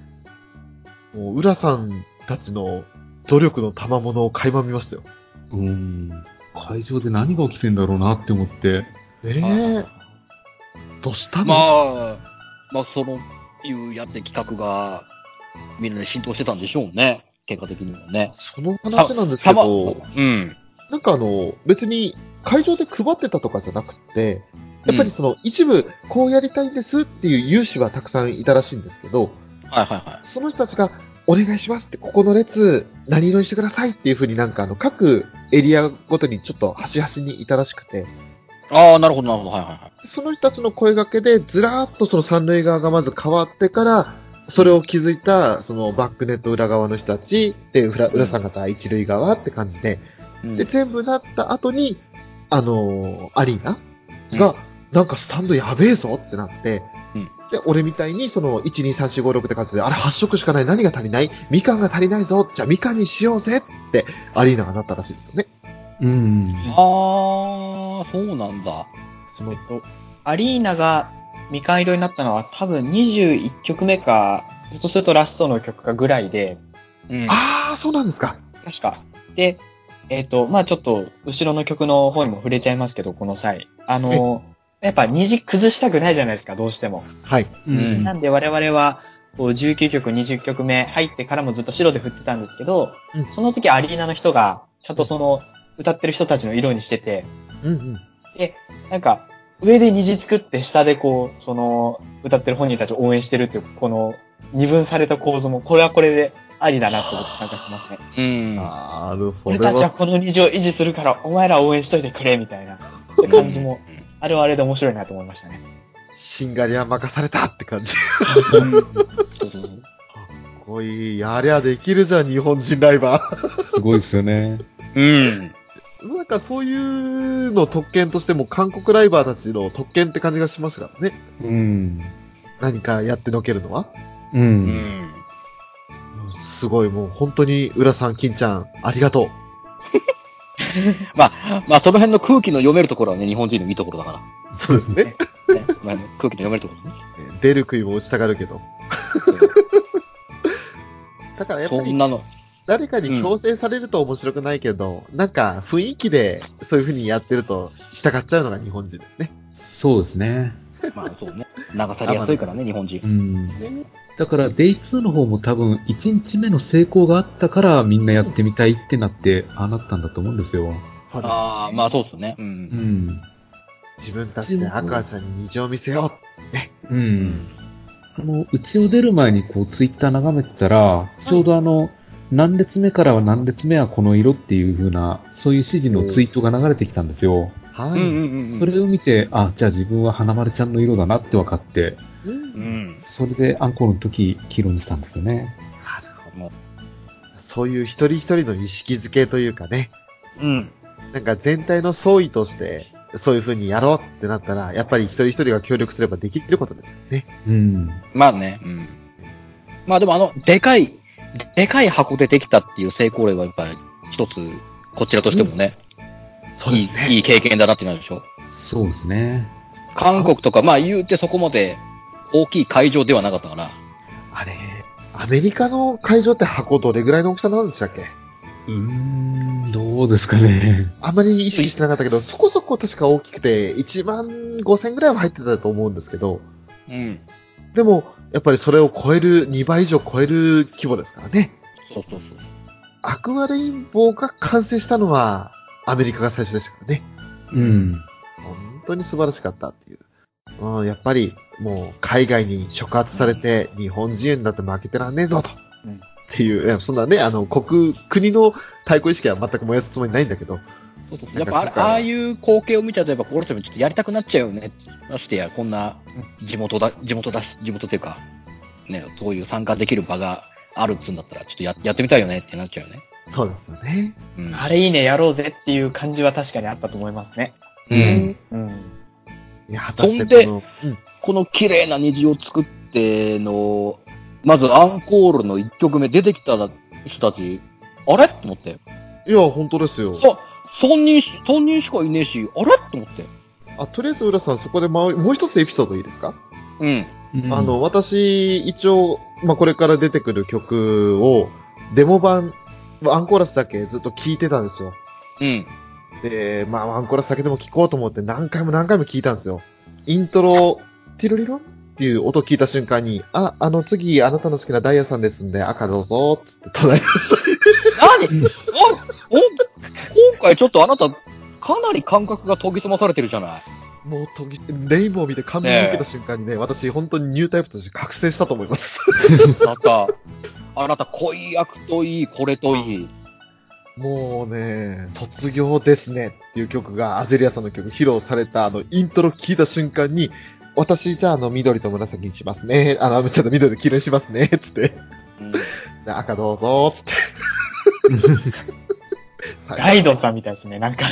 S1: もう、浦さんたちの努力の賜物を垣間見ましたよ。
S2: うん。会場で何が起きてんだろうなって思って。
S1: ね
S3: は
S1: え、どうしたの、
S3: まあ、まあ、そのいうやって企画が、みんなに浸透してたんでしょうね。結果的にはね。
S1: その話なんですけ
S3: たま、
S1: ど、
S3: うん。
S1: なんかあの、別に会場で配ってたとかじゃなくて、やっぱりその一部こうやりたいんですっていう有志はたくさんいたらしいんですけど、
S3: はいはいは
S1: その人たちがお願いしますって、ここの列何色にしてくださいっていうふうになんかあの各エリアごとにちょっと端々にいたらしくて、
S3: い。ああ、なるほどなるほど。はいはいはい。
S1: その人たちの声掛けでずらーっとその三塁側がまず変わってから、それを気づいたそのバックネット裏側の人たちで、裏裏さん方一塁側って感じで、
S3: うん
S1: で、全部なった後に、あのーアリーナが、なんかスタンドやべえぞってなって、
S3: うん
S1: で、俺みたいにその、1、2、3、4、5、6って感じで、あれ8色しかない、何が足りないみかんが足りないぞじゃあみかんにしようぜって、アリーナがなったらしいですよね。
S2: うん。
S3: ああ、そうなんだ。
S1: その
S4: えっ、と、アリーナがみかん色になったのは多分21曲目か、ひょっとするとラストの曲かぐらいで、
S3: うん
S1: あー、そうなんですか。
S4: 確か。で、えっ、と、まあちょっと、後ろの曲の方にも触れちゃいますけど、この際。あの、やっぱ虹崩したくないじゃないですか、どうしても。
S1: はい。
S3: うん
S4: なんで我々は、こう19曲、20曲目入ってからもずっと白で振ってたんですけど、
S1: うん
S4: その時アリーナの人が、ちゃんとその、歌ってる人たちの色にしてて、
S1: うんうん。
S4: で、なんか、上で虹作って下でこう、その、歌ってる本人たちを応援してるっていう、この、二分された構造も、これはこれでありだなって思って参加しますね。
S3: うん。
S1: あー、なるほ
S4: 俺
S1: ど。
S4: たちはこの虹を維持するから、お前ら応援しといてくれ、みたいなって感じも、あれはあれで面白いなと思いましたね。
S1: シンガリア任されたって感じ。 す
S3: うん。そうそうそう
S1: ごい、やりゃできるじゃん、日本人ライバー。
S2: すごいですよね。
S3: うん。
S1: なんかそういうの特権としても韓国ライバーたちの特権って感じがしますからね。
S2: うん。
S1: 何かやってのけるのは。
S2: う。
S3: うんん。
S1: すごいもう本当に浦さん、金ちゃん、ありがとう。
S3: まあ、まあ、その辺の空気の読めるところはね、日本人のいいところだか
S1: そうですね。
S3: ら。ねまあね空気の読めるところね。
S1: 出る杭も打ちたがるけど。だからやっぱ
S3: そん
S1: り
S3: なの。
S1: 誰かに強制されると面白くないけど、なんか雰囲気でそういう風にやってると従っちゃうのが日本人ですね。
S2: そうですね。
S3: まあ、そうね。流されやすいからね、日本人
S2: う。ん。
S1: ね
S2: だから、デイ2の方も多分、1日目の成功があったから、みんなやってみたいってなって、ああなったんだと思うんですよ。
S1: そうです
S3: ああ、まあそうですね。う。
S2: うんん。
S1: 自分たちで赤ちゃんに虹を見せよ
S2: う。あの、うちを出る前に、こう、ツイッター眺めてたら、ちょうどあの、何列目からは何列目はこの色っていう風な、そういう指示のツイートが流れてきたんですよ。
S1: う。は
S3: う
S1: い。
S3: んうんうん。
S2: それを見て、あ、じゃあ自分は花丸ちゃんの色だなって分かって、
S3: うん。
S2: それでアンコールの時、黄色にしたんですよね。
S1: そういう一人一人の意識づけというかね。
S3: うん。
S1: なんか全体の総意として、そういう風にやろうってなったら、やっぱり一人一人が協力すればできることですよね。
S2: うん。
S3: まあね。うん。まあでもあの、でかい、でかい箱でできたっていう成功例はやっぱり一つ、こちらとしてもね、
S1: そ
S3: いい、いい経験だなってなるでしょ。
S2: そうですね。
S3: 韓国とか、まあ言うてそこまで大きい会場ではなかったから。
S1: あれ、アメリカの会場って箱どれぐらいの大きさなんでしたっけ
S2: うーん、どうですかね。
S1: あんまり意識してなかったけど、そこそこ確か大きくて、1万5千ぐらいは入ってたと思うんですけど、
S3: うん。
S1: でも、やっぱりそれを超える、2倍以上超える規模ですからね。
S3: そうそうそう。
S1: アクアレインボーが完成したのは、アメリカが最初でしたからね。
S2: うん。
S1: 本当に素晴らしかったっていう。うん、やっぱり、もう、海外に触発されて、日本人だって負けてらんねえぞと。
S4: うん
S1: っていう、いやそんなね、あの、国、国の対抗意識は全く燃やすつもりないんだけど、
S3: そうそうそうやっぱあああいう光景を見たら、やっぱ俺たちもちょっとやりたくなっちゃうよね。ましてや、こんな地元だ、地元だし、地元というか、ね、そういう参加できる場があるっつうんだったら、ちょっとややってみたいよねってなっちゃうよね。
S1: そうですよね。
S3: うん。
S4: あれいいね、やろうぜっていう感じは確かにあったと思いますね。
S3: うん。
S4: うん。
S1: いや、果たしてこの、うん、
S3: この綺麗な虹を作っての、まずアンコールの1曲目出てきた人たち、あれと思って。
S1: いや、本当ですよ。
S3: そ、3人し、3人しかいねえし、あれと思って。
S1: あ、とりあえず、浦さん、そこで、まあ、もう一つエピソードいいですか、
S3: うん。
S2: うん
S1: あの、、私、一応、まあ、これから出てくる曲を、デモ版、アンコーラスだけずっと聴いてたんですよ。
S3: うん。
S1: で、まあ、アンコーラスだけでも聴こうと思って何回も何回も聴いたんですよ。イントロ、ティロリロンっていう音聞いた瞬間に、あ、あの次、あなたの好きなダイヤさんですんで、赤どうぞ、つって唱えました。
S3: 何おお今回ちょっとあなた、かなり感覚が研ぎ澄まされてるじゃない
S1: もうとぎ、レインボーを見て感銘を受けた瞬間にね、私、本当にニュータイプとして覚醒したと思います。
S3: あなた、あなた、恋役といい、これといい。
S1: もうね、卒業ですねっていう曲が、アゼリアさんの曲披露された、あの、イントロ聞いた瞬間に、私じゃあ、あの、緑と紫にしますね。あの、ちょっと緑と黄色にしますね。つって。
S3: うん
S1: で赤どうぞ、つって。最後
S4: ライドンさんみたいですね、なんか。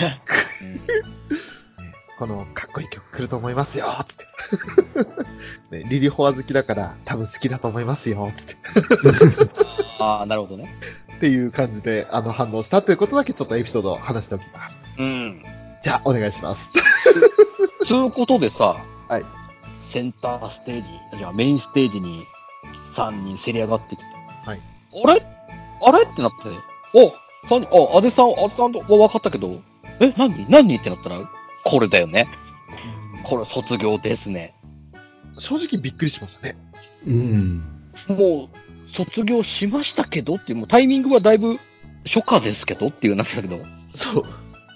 S1: この、かっこいい曲来ると思いますよ、つって。 ね、リリホア好きだから、多分好きだと思いますよ、つって。
S3: ああ、なるほどね。
S1: っていう感じで、あの、反応したということだけ、ちょっとエピソードを話しておきます。
S3: うん。
S1: じゃあ、お願いします。
S3: ということでさ、
S1: はい
S3: センターステージ、じゃあメインステージに3人せり上がってきて、
S1: はい
S3: あれあれってなって、お三人、あ、安倍さん、安倍さんとは分かったけど、え、何何ってなったら、これだよね。これ卒業ですね。
S1: 正直びっくりしましたね。
S2: うん。
S3: もう、卒業しましたけどっていう、もうタイミングはだいぶ初夏ですけどっていう話だけど、
S1: そう。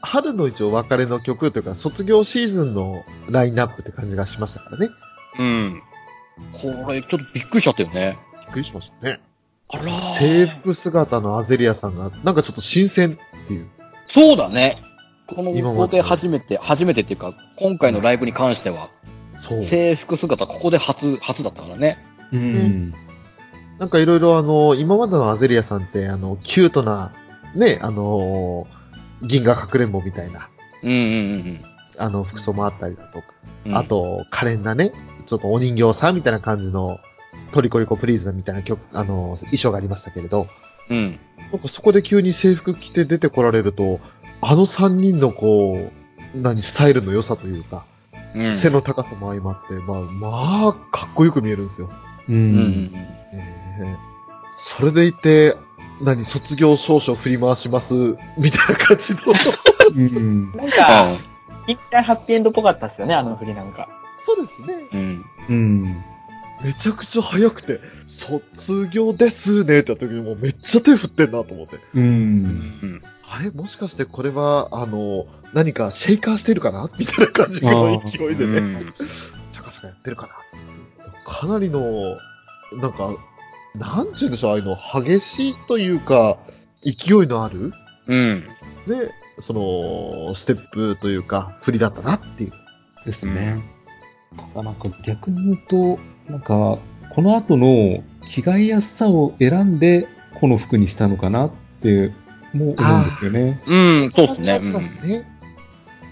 S1: 春の一応別れの曲というか、卒業シーズンのラインナップって感じがしましたからね。
S3: うん。これ、ちょっとびっくりしちゃったよね。
S1: びっくりしましたね。
S3: あらー
S1: 制服姿のアゼリアさんが、なんかちょっと新鮮っていう。
S3: そうだね。この
S1: 今
S3: こ
S1: ま
S3: こ
S1: で
S3: で初めて、初めてっていうか、今回のライブに関しては、
S1: そう。
S3: 制服姿、ここで初、初だったからね。
S2: うん。
S1: なんかいろいろあの、今までのアゼリアさんって、あの、キュートな、ね、あのー銀河かくれんぼみたいな、
S3: うんうん
S1: あの、服装もあったりだとか、
S3: うんうん。
S1: あ、と、可憐なね、ちょっとお人形さんみたいな感じの、トリコリコプリーズみたいな曲、あのー、衣装がありましたけれど、
S3: うん。
S1: なんかそこで急に制服着て出てこられると、あの三人のこう、何、スタイルの良さというか、
S3: うん。
S1: 背の高さも相まって、まあ、まあ、かっこよく見えるんですよ。
S2: う。
S3: うんうんうんん。
S1: ええそれでいて、何、卒業証書振り回します、みたいな感じの。
S2: うん。
S4: なんか、いきなりハッピーエンドっぽかったですよね、あの振りなんか。
S1: そうですね。
S3: うん。
S2: うん。
S1: めちゃくちゃ早くて、卒業ですねってやった時にもうめっちゃ手振ってんなと思って。
S2: う。
S3: うんん。
S1: あれもしかしてこれは、あの、何かシェイカーしてるかなみたいな感じの勢いでね。チャカチャカやってるかなかなりの、なんか、なんて言うんでしょう、ああいうの、激しいというか、勢いのある、
S3: うん。
S1: ね、その、ステップというか、振りだったなっていう。
S2: ですね。ただなんか逆に言うと、なんか、この後の着替えやすさを選んで、この服にしたのかなって、もう思うんですよね。
S3: うん。そうですね。
S1: しますね。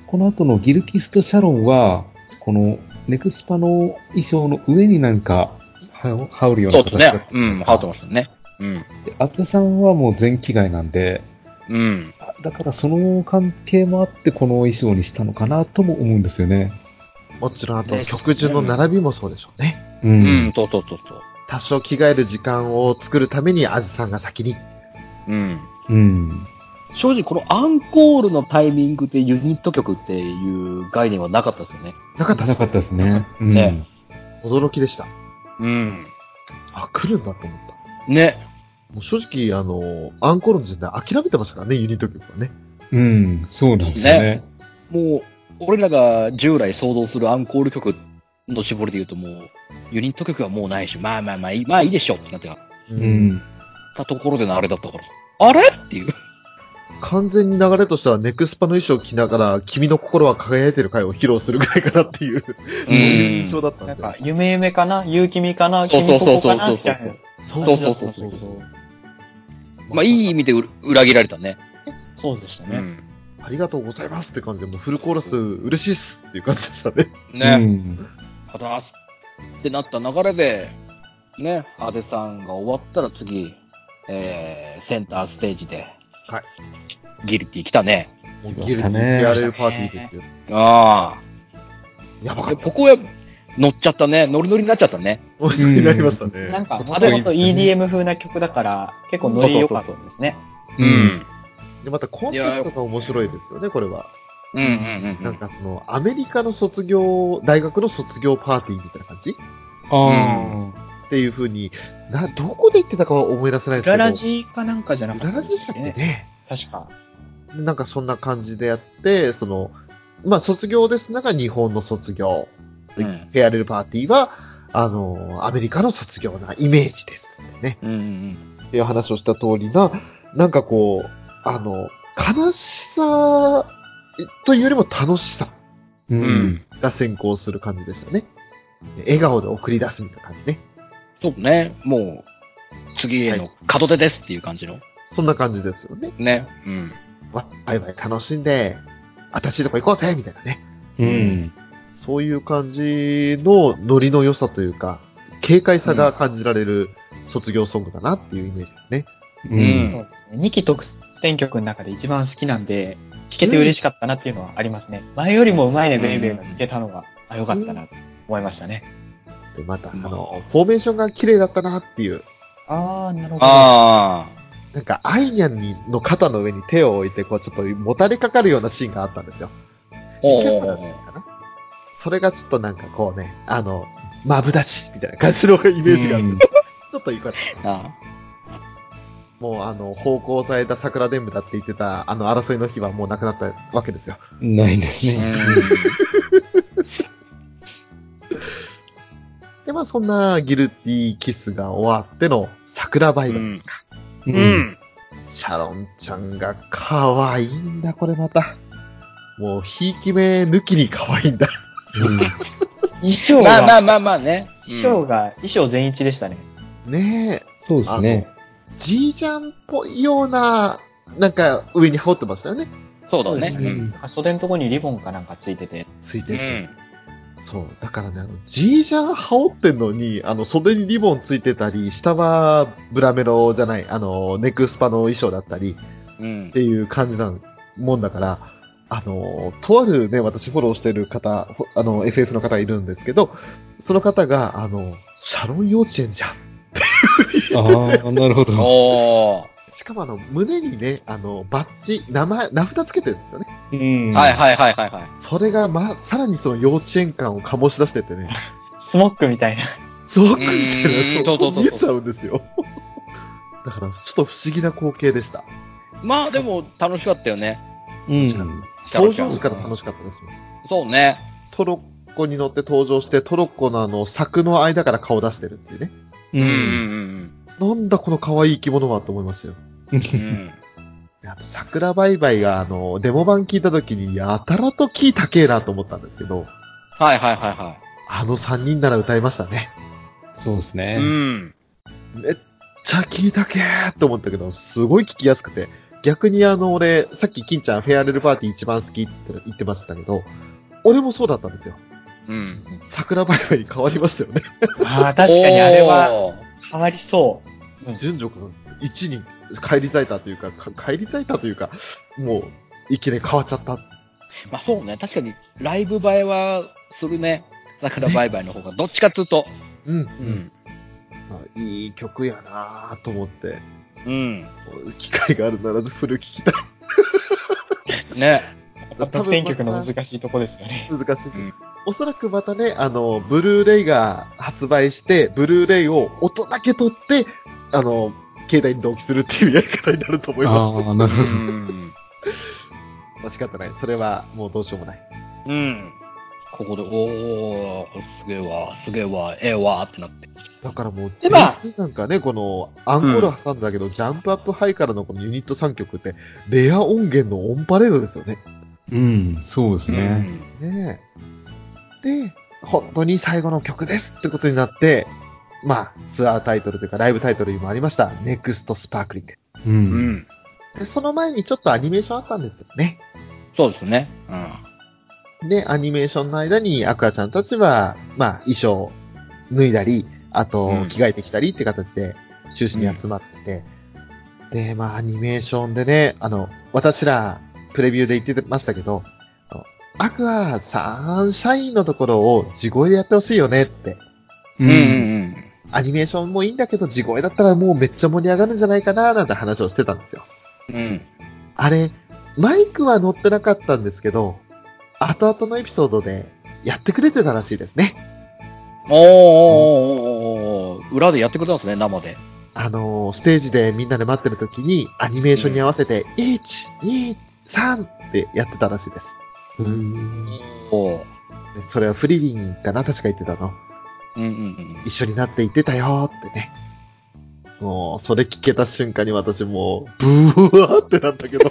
S2: この後のギルキスト・シャロンは、このネクスパの衣装の上になんか、は羽織る
S3: う
S2: よ
S3: ん
S2: う
S3: そ
S2: な
S3: うです
S2: 形だった
S3: ね。うん。ハートましたね。うん。
S2: アツさんはもう全着替えなんで、
S3: うん。
S2: あだからその関係もあってこの衣装にしたのかなとも思うんですよね。
S1: もちろん、あと、
S3: ね
S1: 曲順の並びもそうでしょうね。
S2: う。
S3: うんん。そうそうそうそう。
S1: 多少着替える時間を作るために、あずさんが先に。
S3: うん。
S2: うん。
S3: 正直、このアンコールのタイミングでユニット曲っていう概念はなかったですよね。
S1: なかった
S2: なかったですね。うん
S3: ね
S1: 驚きでした。
S3: うん。
S1: あ、来るんだと思った。
S3: ね。
S1: もう正直、あの、アンコールの時点で諦めてましたからね、ユニット曲はね。
S2: うん。そうなんですよね。
S3: もう、俺らが従来想像するアンコール曲の絞りで言うともう、ユニット曲はもうないし、まあまあまあいい、まあいいでしょってなって
S1: う
S2: う。ん。
S3: たところでのあれだったから。あれっていう。
S1: 完全に流れとしてはネクスパの衣装着ながら、君の心は輝いてる回を披露するぐらいかなっていう、 そういう印象だったん
S4: なん
S1: で。
S4: か、夢夢かなゆうきみかな
S5: そう
S4: 君
S5: そう
S4: こ
S5: そう
S4: こ
S5: そう
S4: か
S5: そ
S4: な
S5: う
S4: み
S5: そ
S4: た
S5: う
S4: いな。
S5: そうそうそうそうまあ、いい意味で裏裏切られたね。
S4: そうでした
S5: う
S4: ね。
S5: ん。
S1: ありがとうございますって感じで、もうフルコーラス嬉しいっすっていう感じでしたね。
S2: う
S5: ね。
S2: ん。
S5: ただ、
S3: ってなった流れで、ね、アデさんが終わったら次、えー、センターステージで、
S1: はい
S3: ギルティ来たね。
S1: もう
S2: ま
S1: ギルテ
S2: した
S1: ィ
S2: ね
S1: PRL パーティーでっていう。
S3: あ
S1: やば
S3: あ。
S1: か
S3: で、
S1: った。
S3: ここへ乗っちゃったね。ノリノリになっちゃったね。
S1: もうになりました
S4: なん
S1: ね。
S4: か、も
S3: あ
S4: と
S3: れ
S4: もと EDM 風な曲だから、結構ノリ良かったですね。
S5: う
S2: うんん。
S1: で、またコンセプトが面白いですよね、これは。
S5: うんうんう
S1: なん
S5: ん
S1: かその、アメリカの卒業、大学の卒業パーティーみたいな感じ
S2: あ
S1: っていう風に、な、どこで言ってたかは思い出せないですけど。
S4: 裏ラジかなんかじゃな
S1: う
S4: か
S1: ら
S4: った
S1: らじ
S4: で
S1: でし
S4: す
S1: た
S4: っ
S1: っ
S4: け
S1: け
S4: ね。
S1: ね。
S4: 確か。
S1: なんかそんな感じでやって、その、まあ卒業ですなが日本の卒業。
S3: う。
S1: うんペアレルパーティーは、あの、アメリカの卒業なイメージです。ね。
S3: うんうん
S1: っていう話をした通りな、なんかこう、あの、悲しさというよりも楽しさ
S2: ー。う
S5: うんん。。
S1: が先行する感じですよね。笑顔で送り出すみたいな感じね。
S5: そうね。もう、次への門出ですっていう感じの。
S1: そんな感じですよね。
S5: ね。うん。
S1: わ、バイバイ楽しんで、私のとこ行こうぜみたいなね。
S2: うん。
S1: そういう感じのノリの良さというか、軽快さが感じられる卒業ソングだなっていうイメージですね。
S2: う
S5: うん
S2: ん。
S4: そうですね。2期特選曲の中で一番好きなんで、聴けて嬉しかったなっていうのはありますね。前よりもうまいね、ベイベーが聴けたのが、あ、よかったなと思いましたね。
S1: で、また、あ
S5: うん
S1: の、フォーメーションが綺麗だったなっていう、
S4: あー、なるほど。
S5: ああ。
S1: なんか、アイニャンにの肩の上に手を置いて、こう、ちょっともたれかかるようなシーンがあったんですよ。
S5: おう
S1: キャ
S5: おう
S1: パだ
S5: お
S1: っ
S5: う
S1: たかなそれがちょっとなんかこうね、あの、マブダチみたいな感じのイメージがあって、ちょっと良かった。
S5: あ
S1: もうあの、方向された桜伝武だって言ってた、あの、争いの日はもうなくなったわけですよ。
S2: ないですね。
S1: で、まあそんなギルティーキスが終わっての桜バイバイですか。
S2: う
S5: うん。う。ん。
S1: シャロンちゃんが可愛いんだ、これまた。もう、ひいき目抜きに可愛いんだ。
S4: 衣装
S5: まあ
S4: が、
S5: まあまあまあね。
S4: 衣装が、衣装全一でしたね。
S1: ねえ、
S2: そうですね。
S1: じいちゃんっぽいような、なんか上に羽織ってますよね。
S5: そうだ
S4: そうです
S5: ね。
S4: なんか袖のとこにリボンかなんかついてて。
S1: ついうてて。
S5: ん。
S1: そう。だからね、あのじいちゃん羽織ってんのに、あの、袖にリボンついてたり、下はブラメロじゃない、あの、ネクスパの衣装だったり、
S5: うん
S1: っ。ていう感じなもんだから、あの、とあるね、私フォローしてる方、ほあの、FF の方がいるんですけど、その方が、あの、シャロン幼稚園じゃん。
S2: ああ、なるほど。
S5: おー。
S1: しかもあの、胸にね、あの、バッジ、名前、名札つけてるんですよね。
S2: うん
S5: はいはいはいはいはい。
S1: それが、ま、さらにその幼稚園感を醸し出して てね、
S4: スモックみ たいな。
S1: すごくみたいな、
S5: うーんそ
S1: そう
S5: うそうそうそう
S1: 見えちゃうんですよ。だから、ちょっと不思議な光景でした。
S5: まあでも楽しかったよね。
S2: うん。
S1: 登場時から楽しかったですよ。
S5: そうね。
S1: トロッコに乗って登場して、トロッコのあの、柵の間から顔出してるっていうね。
S2: う。
S5: うんん
S1: なんだこの可愛い生き物はと思いましたよ。
S5: うんうん。
S1: あと、桜バイバイが、あの、デモ版聞いた時に、やたらとキー高えなと思ったんですけど、
S5: はいはいはいは
S1: あの3人なら歌いましたね。
S2: そうです
S5: い。
S2: ね。
S5: うん。
S1: めっちゃキー高えと思ったけど、すごい聞きやすくて、逆にあの、俺、さっき金ちゃん、フェアレルパーティー一番好きって言ってましたけど、俺もそうだったんですよ。
S5: うん。
S1: 桜バイバイに変わりましたよね。
S4: ああ、確かにあれは
S5: おー。
S4: 変わりそう。
S1: 順序君、1に帰り咲いたというか、か帰り咲いたというか、もう、いきなり変わっちゃった。
S5: まあそうね。確かにライブ映えはするね。だからバイバイの方がどっちかっつうと。
S1: うん。
S5: うん。
S1: あいい曲やなぁと思って、
S5: うん。
S1: 機会があるならフル聴きたい。
S5: ね。
S4: 特選曲の
S1: 難しい。
S4: 難しいとこですよね。
S1: 難しい
S5: うん
S1: おそらくまたね、あの、ブルーレイが発売して、ブルーレイを音だけ取って、あの、携帯に同期するっていうやり方になると思いま
S2: ああ、なる
S5: う
S2: ほど。
S5: ん。
S1: す。仕方ない。それはもうどうしようもない。
S5: うん。ここで、おー、すげえわ、すげえわ、ええわってなって。
S1: だからもう、
S6: でまあ
S1: J2 なんかね、この、アンコール挟んだけど、ジャンプアップハイからのこのユニット3曲って、レア音源のオンパレードですよね。
S2: うん、そうですね。
S1: ねえ。で、本当に最後の曲ですってことになって、まあ、ツアータイトルというか、ライブタイトルにもありました、ネクストスパークリング。
S2: う。
S3: うんん。
S1: でその前にちょっとアニメーションあったんですよね。
S3: そうですね。うん。
S1: で、アニメーションの間に、アクアちゃんたちは、まあ、衣装を脱いだり、あ
S3: う
S1: と
S3: ん、
S1: 着替えてきたりって形で、中心に集まってて、で、まあ、アニメーションでね、あの、私ら、プレビューで言ってましたけど、あのアクア、サンシャインのところを地声でやってほしいよねって。
S2: う。
S3: うんうんん
S1: アニメーションもいいんだけど、地声だったらもうめっちゃ盛り上がるんじゃないかな、なんて話をしてたんですよ。
S3: うん。うん。
S1: あれ、マイクは乗ってなかったんですけど、後々のエピソードでやってくれてたらしいですね。
S3: おーおーおーおーおー裏でやってくれたんですね、生で。
S1: あのーステージでみんなで待ってる時に、アニメーションに合わせて、1、2、3ってやってたらしいです。
S2: うん
S3: おー
S1: でそれはフリリンかな確か言ってたの。
S3: うんうんうん。
S1: 一緒になって言ってたよーってね。もう、それ聞けた瞬間に私もう、ブワーってなったけ ど。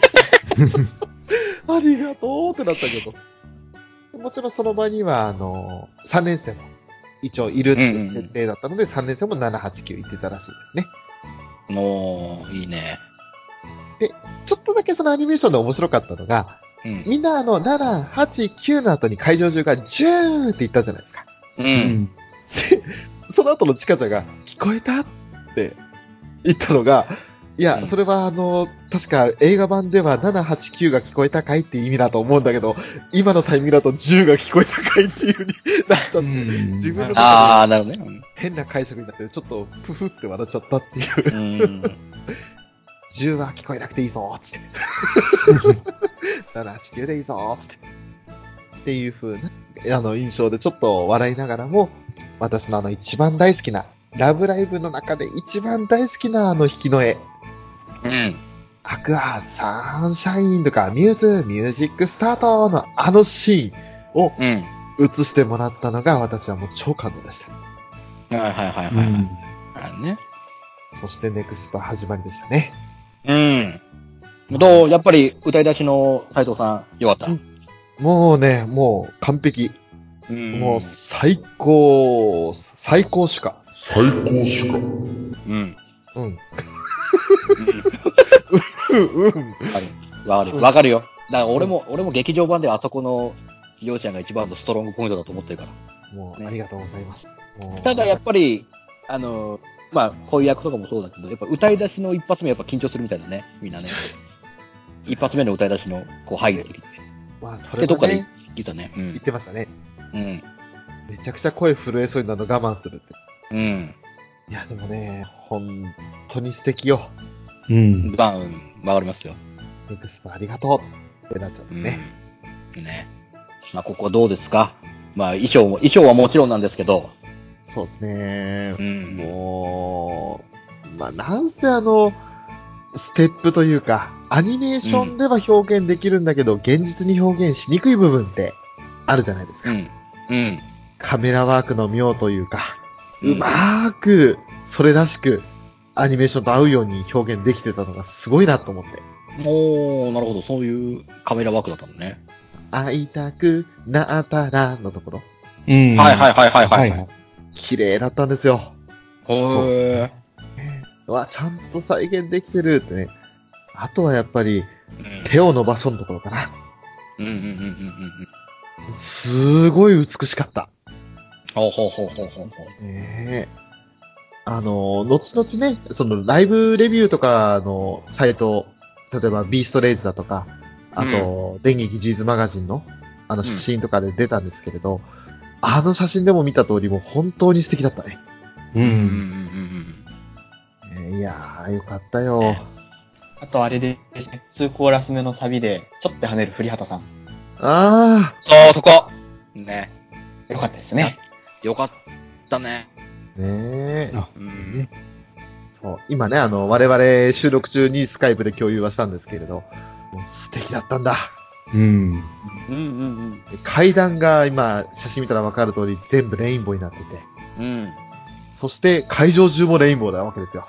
S1: ありがとうってなったけど。もちろんその場には、あのー、3年生も一応いるっていう設定だったので、3年生も7、8、9行ってたらしいですね。
S3: おーいいね。
S1: ちょっとだけそのアニメーションで面白かったのが、
S3: うん。
S1: みんなあの、7、8、9の後に会場中が10って言ったじゃないですか。
S3: う。
S2: うんん。
S1: その後のチカちゃんが、聞こえたって言ったのが、いや、
S3: うん
S1: それはあの、確か映画版では789が聞こえたかいっていう意味だと思うんだけど、今のタイミングだと10が聞こえたかいっていうふうになっちゃって、
S2: うん
S1: 自分の中
S3: ああ、なるほどね。
S1: で変な解釈になって、ちょっとプフって笑っちゃったっていう。
S3: うん。
S1: 10は聞こえなくていいぞーっつって。789でいいぞーっつって。っていう風な、あの、印象でちょっと笑いながらも、私のあの一番大好きな、ラブライブの中で一番大好きなあの引きの絵、
S3: うん。
S1: アクア、サンシャインとか、ミューズ、ミュージックスタートのあのシーンを
S3: うん。
S1: 映してもらったのが私はもう超感動でした。
S3: はいはいはいは
S2: う
S3: いはい
S2: ん。
S3: あのね。
S1: そしてネクスト始まりでしたね。
S3: うん。どうやっぱり歌い出しの斉藤さん、よかった。
S1: うんもうね、もう完璧。
S3: うん
S1: もう最高、最高しか。う
S3: うん。
S1: ん。
S3: うん
S1: うん。
S3: わかる。わかるよ。だから俺も、俺も劇場版ではあそこの、りょうちゃんが一番のストロングポイントだと思ってるから。
S1: もう、
S3: ね
S1: ありがとうございます。もう
S3: ただやっぱり、あの、まあ、恋役とかもそうだけど、やっぱ歌い出しの一発目やっぱ緊張するみたいだね、みん なね。一発目の歌い出しの、こう、入る時
S1: まあ、そ
S3: で、
S1: れ
S3: どっ
S1: も
S3: かで
S1: ね、
S3: 言ったね。う
S1: 言っ
S3: ん。
S1: てましたね。
S3: うん。
S1: めちゃくちゃ声震えそうになるの我慢するって。
S3: うん。
S1: いや、でもね、本当に素敵よ。
S2: うん。
S3: まあ、うんわかりますよ。
S1: ネクストありがとうってなっちゃった
S3: うん
S1: ね。。
S3: ね。まあ、ここどうですかまあ、衣装も、衣装はもちろんなんですけど、
S1: そうですね
S3: う。ん。
S1: もう、まあ、なんせあの、ステップというか、アニメーションでは表現できるんだけど、現実に表現しにくい部分ってあるじゃないです
S3: う
S1: か。
S3: ん。うん。
S1: カメラワークの妙というか。
S3: う
S1: う
S3: ん
S1: まーく、それらしく、アニメーションと合うように表現できてたのがすごいなと思って。
S3: おー、なるほど。そういうカメラワークだったのね。
S1: 会いたくなったらのところ、
S2: うん。
S3: いはいはい
S2: はいはい。
S1: 綺麗だったんですよ。
S2: そうです
S3: へ
S2: ね
S1: うわ、ちゃんと再現できてるってね。あとはやっぱり、
S3: ー。
S1: 手を伸ばそうのところかな。
S3: うんうんうんうんうんうん。
S1: すごい美しかった。
S3: ほうほうほうほうほうほう。
S1: ねえ。あの、後々ね、そのライブレビューとかのサイト、例えばビーストレイズだとか、あと、電撃ジーズマガジンのあの写真とかで出たんですけれど、あの写真でも見た通りもう本当に素敵だったね。
S2: う
S3: うんうんうん
S2: ん。
S1: えーいやー、よかったよ。
S4: あとあれですね、2コーラス目のサビで、ちょっと跳ねる古畑さん。
S1: あ
S3: そう、そこね。
S4: よかったですね。。
S3: よかったね。
S1: ー、ねえ。
S2: あ
S3: うん。
S1: そう今ね、あの、我々収録中にスカイプで共有はしたんですけれど、もう素敵だったんだ。
S2: うん。
S3: うんうん
S1: 階段が今、写真見たらわかる通り全部レインボーになってて、
S3: うん。うん。
S1: そして会場中もレインボーなわけですよ。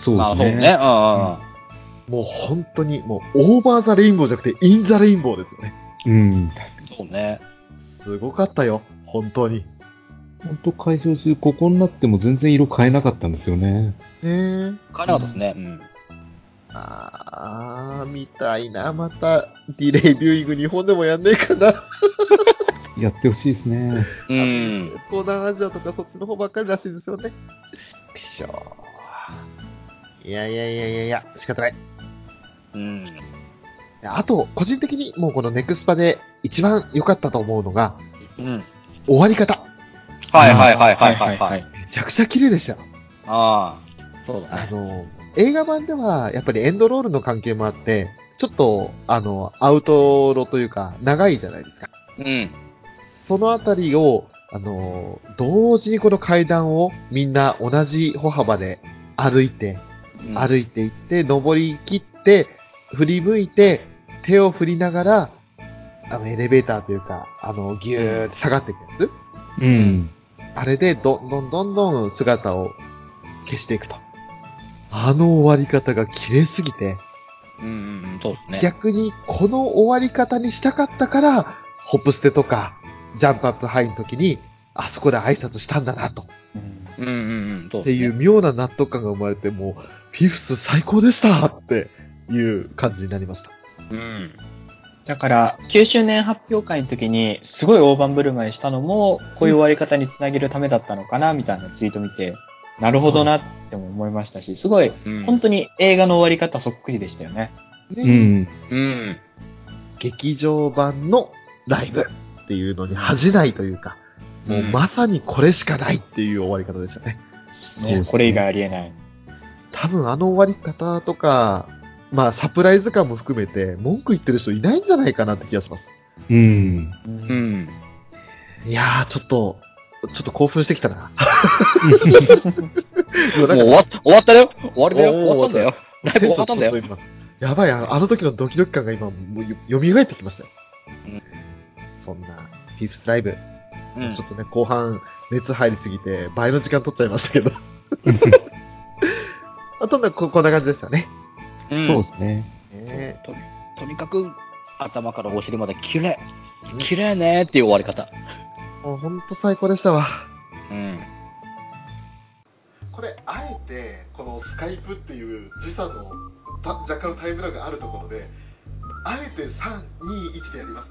S2: そうで
S5: まあ、
S2: す
S5: そう
S2: ね。
S5: ね。あ
S1: もう本当に、もうオーバーザレインボーじゃなくて、インザレインボーですよね。
S2: うん。
S5: あ、そうね。
S1: すごかったよ、本当に。
S2: 本当解消中、ここになっても全然色変えなかったんですよね。
S1: ねえ。
S5: 買えなかったですね。うん。
S1: あー、みたいな、また、ディレイビューイング日本でもやんねえかな。
S2: やってほしいですね。
S5: うん。
S1: 東南アジアとかそっちの方ばっかりらしいですよね。くしょー。いやいやいやいやいや、仕方ない。
S5: うん。
S1: あと、個人的にもうこのネクスパで一番良かったと思うのが、
S5: うん。
S1: 終わり方。
S5: はいはいはいはいはい。はい
S1: めちゃくちゃ綺麗でした。
S5: ああ。そうだ
S1: あ
S5: ね。
S1: の、映画版では、やっぱりエンドロールの関係もあって、ちょっと、あの、アウトロというか、長いじゃないですか。
S5: うん。
S1: そのあたりを、あの、同時にこの階段をみんな同じ歩幅で歩いて、
S5: うん
S1: 歩いていって、登り切って、振り向いて、手を振りながら、あの、エレベーターというか、あの、ぎゅーって下がっていくやつ、
S2: うん。
S1: あれで、どんどんどんどん姿を消していくと。あの終わり方が綺麗すぎて、
S5: うんうんうん。そうですね。
S1: 逆にこの終わり方にしたかったから、ホップステとか、ジャンプアップハイの時に、あそこで挨拶したんだなと。
S5: うんうんうん。そう
S1: って
S5: ですね
S1: いう。妙な納得感が生まれて、もう、フィフス最高でしたっていう感じになりました。
S5: うん。
S4: だから、9周年発表会の時に、すごい大盤振る舞いしたのも、こういう終わり方につなげるためだったのかな、みたいなツイート見て、なるほどなっても思いましたし、すごい、
S5: うん。
S4: 本当に映画の終わり方そっくりでしたよね。
S1: ね
S2: うん。
S5: うん。
S1: 劇場版のライブっていうのに恥じないというか、もうまさにこれしかないっていう終わり方でしたね。
S2: うですね
S4: ねこれ以外ありえない。
S1: 多分あの終わり方とか、まあサプライズ感も含めて文句言ってる人いないんじゃないかなって気がします。
S2: うん。
S5: うん。
S1: いやー、ちょっと、ちょっと興奮してきたな。もう
S5: も
S1: な
S5: うん
S1: か
S5: 終わ終わったよ終わりだよ
S1: おー
S5: 終わったんだよライブ終わったんだよ
S1: テンションちょっと今やばい、あのあの時のドキドキ感が今、もうよ蘇ってきましたよ。
S5: うん
S1: そんな、フィフスライブ、
S5: うん
S1: ちょっとね、後半、熱入りすぎて、倍の時間取っちゃいましたけど。あとね、ここんな感じでしたね。
S5: うん
S2: そうですね。
S1: ね
S5: ととにかく頭からお尻まで綺麗
S1: うん
S5: 綺麗ねっていう終わり方
S1: もうほんと最高でしたわ。
S5: うん
S1: これ、あえて、このスカイプっていう時差の若干タイムラグあるところで、あえて3、2、1でやります。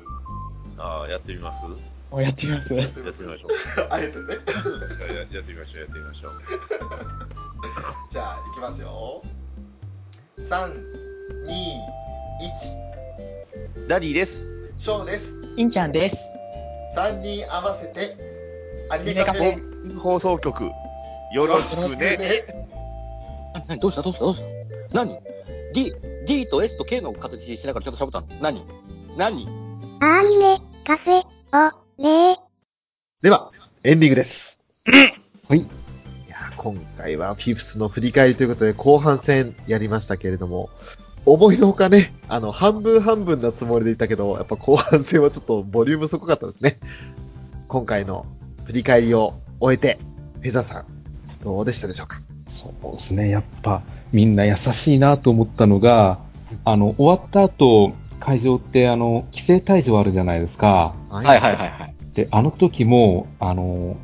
S7: ああ、やってみますや
S4: もうやってみます。
S1: って
S7: ってみましょ
S1: あえてね。
S7: う。やややってみましょう、やってみましょう。
S1: じゃあ、いきますよ。3、2、1、
S7: ダディです。
S1: ショーです。
S4: 金ちゃんです。
S1: 3人合わせて、アニメ
S4: 夢
S1: カフ
S4: カフ
S1: ェ
S4: ェ。
S7: 放送局、よろしくね。
S5: 何どうしたどうしたどうした何 D, ?D と S と K の形しながらちょっと喋ったの何何
S8: アニメカフェオレ
S1: では、エンディングです。
S2: はい
S1: いやー、今回はフィフスの振り返りということで、後半戦やりましたけれども、思いのほかね、あの、半分半分なつもりでいたけど、やっぱ後半戦はちょっとボリュームすごかったですね。今回の振り返りを終えて、フェザーさん、どうでしたでしょうか
S2: そうですね。やっぱ、みんな優しいなと思ったのが、あの、終わった後、会場って、あの、規制退場あるじゃないですか。
S1: は
S5: はいはいはいはい
S2: で、あの時も、あの、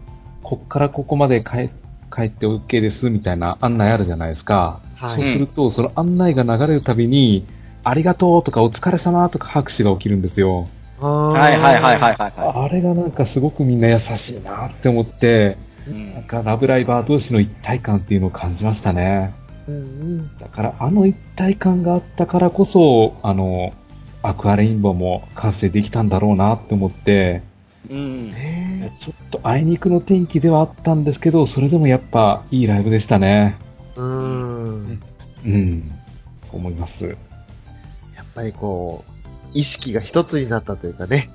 S2: こっからここまで帰帰って OK ですみたいな案内あるじゃないですか。
S1: はい。
S2: そうすると、その案内が流れるたびに、ありがとうとかお疲れ様とか拍手が起きるんですよ。
S5: はいはいはいはいいはいは
S2: あれがなんかすごくみんな優しいなって思って、
S5: い、う
S2: なん
S5: ん
S2: かラブライバー同士の一体感っていうのを感じましたね。
S1: うんうん。
S2: だからあの一体感があったからこそ、あの、アクアレインボーも完成できたんだろうなって思って、
S5: うん
S1: ね
S2: ちょっとあいにくの天気ではあったんですけど、それでもやっぱいいライブでしたね。
S1: え。うん。
S2: うん。そう思います。
S1: やっぱりこう、意識が一つになったというかね、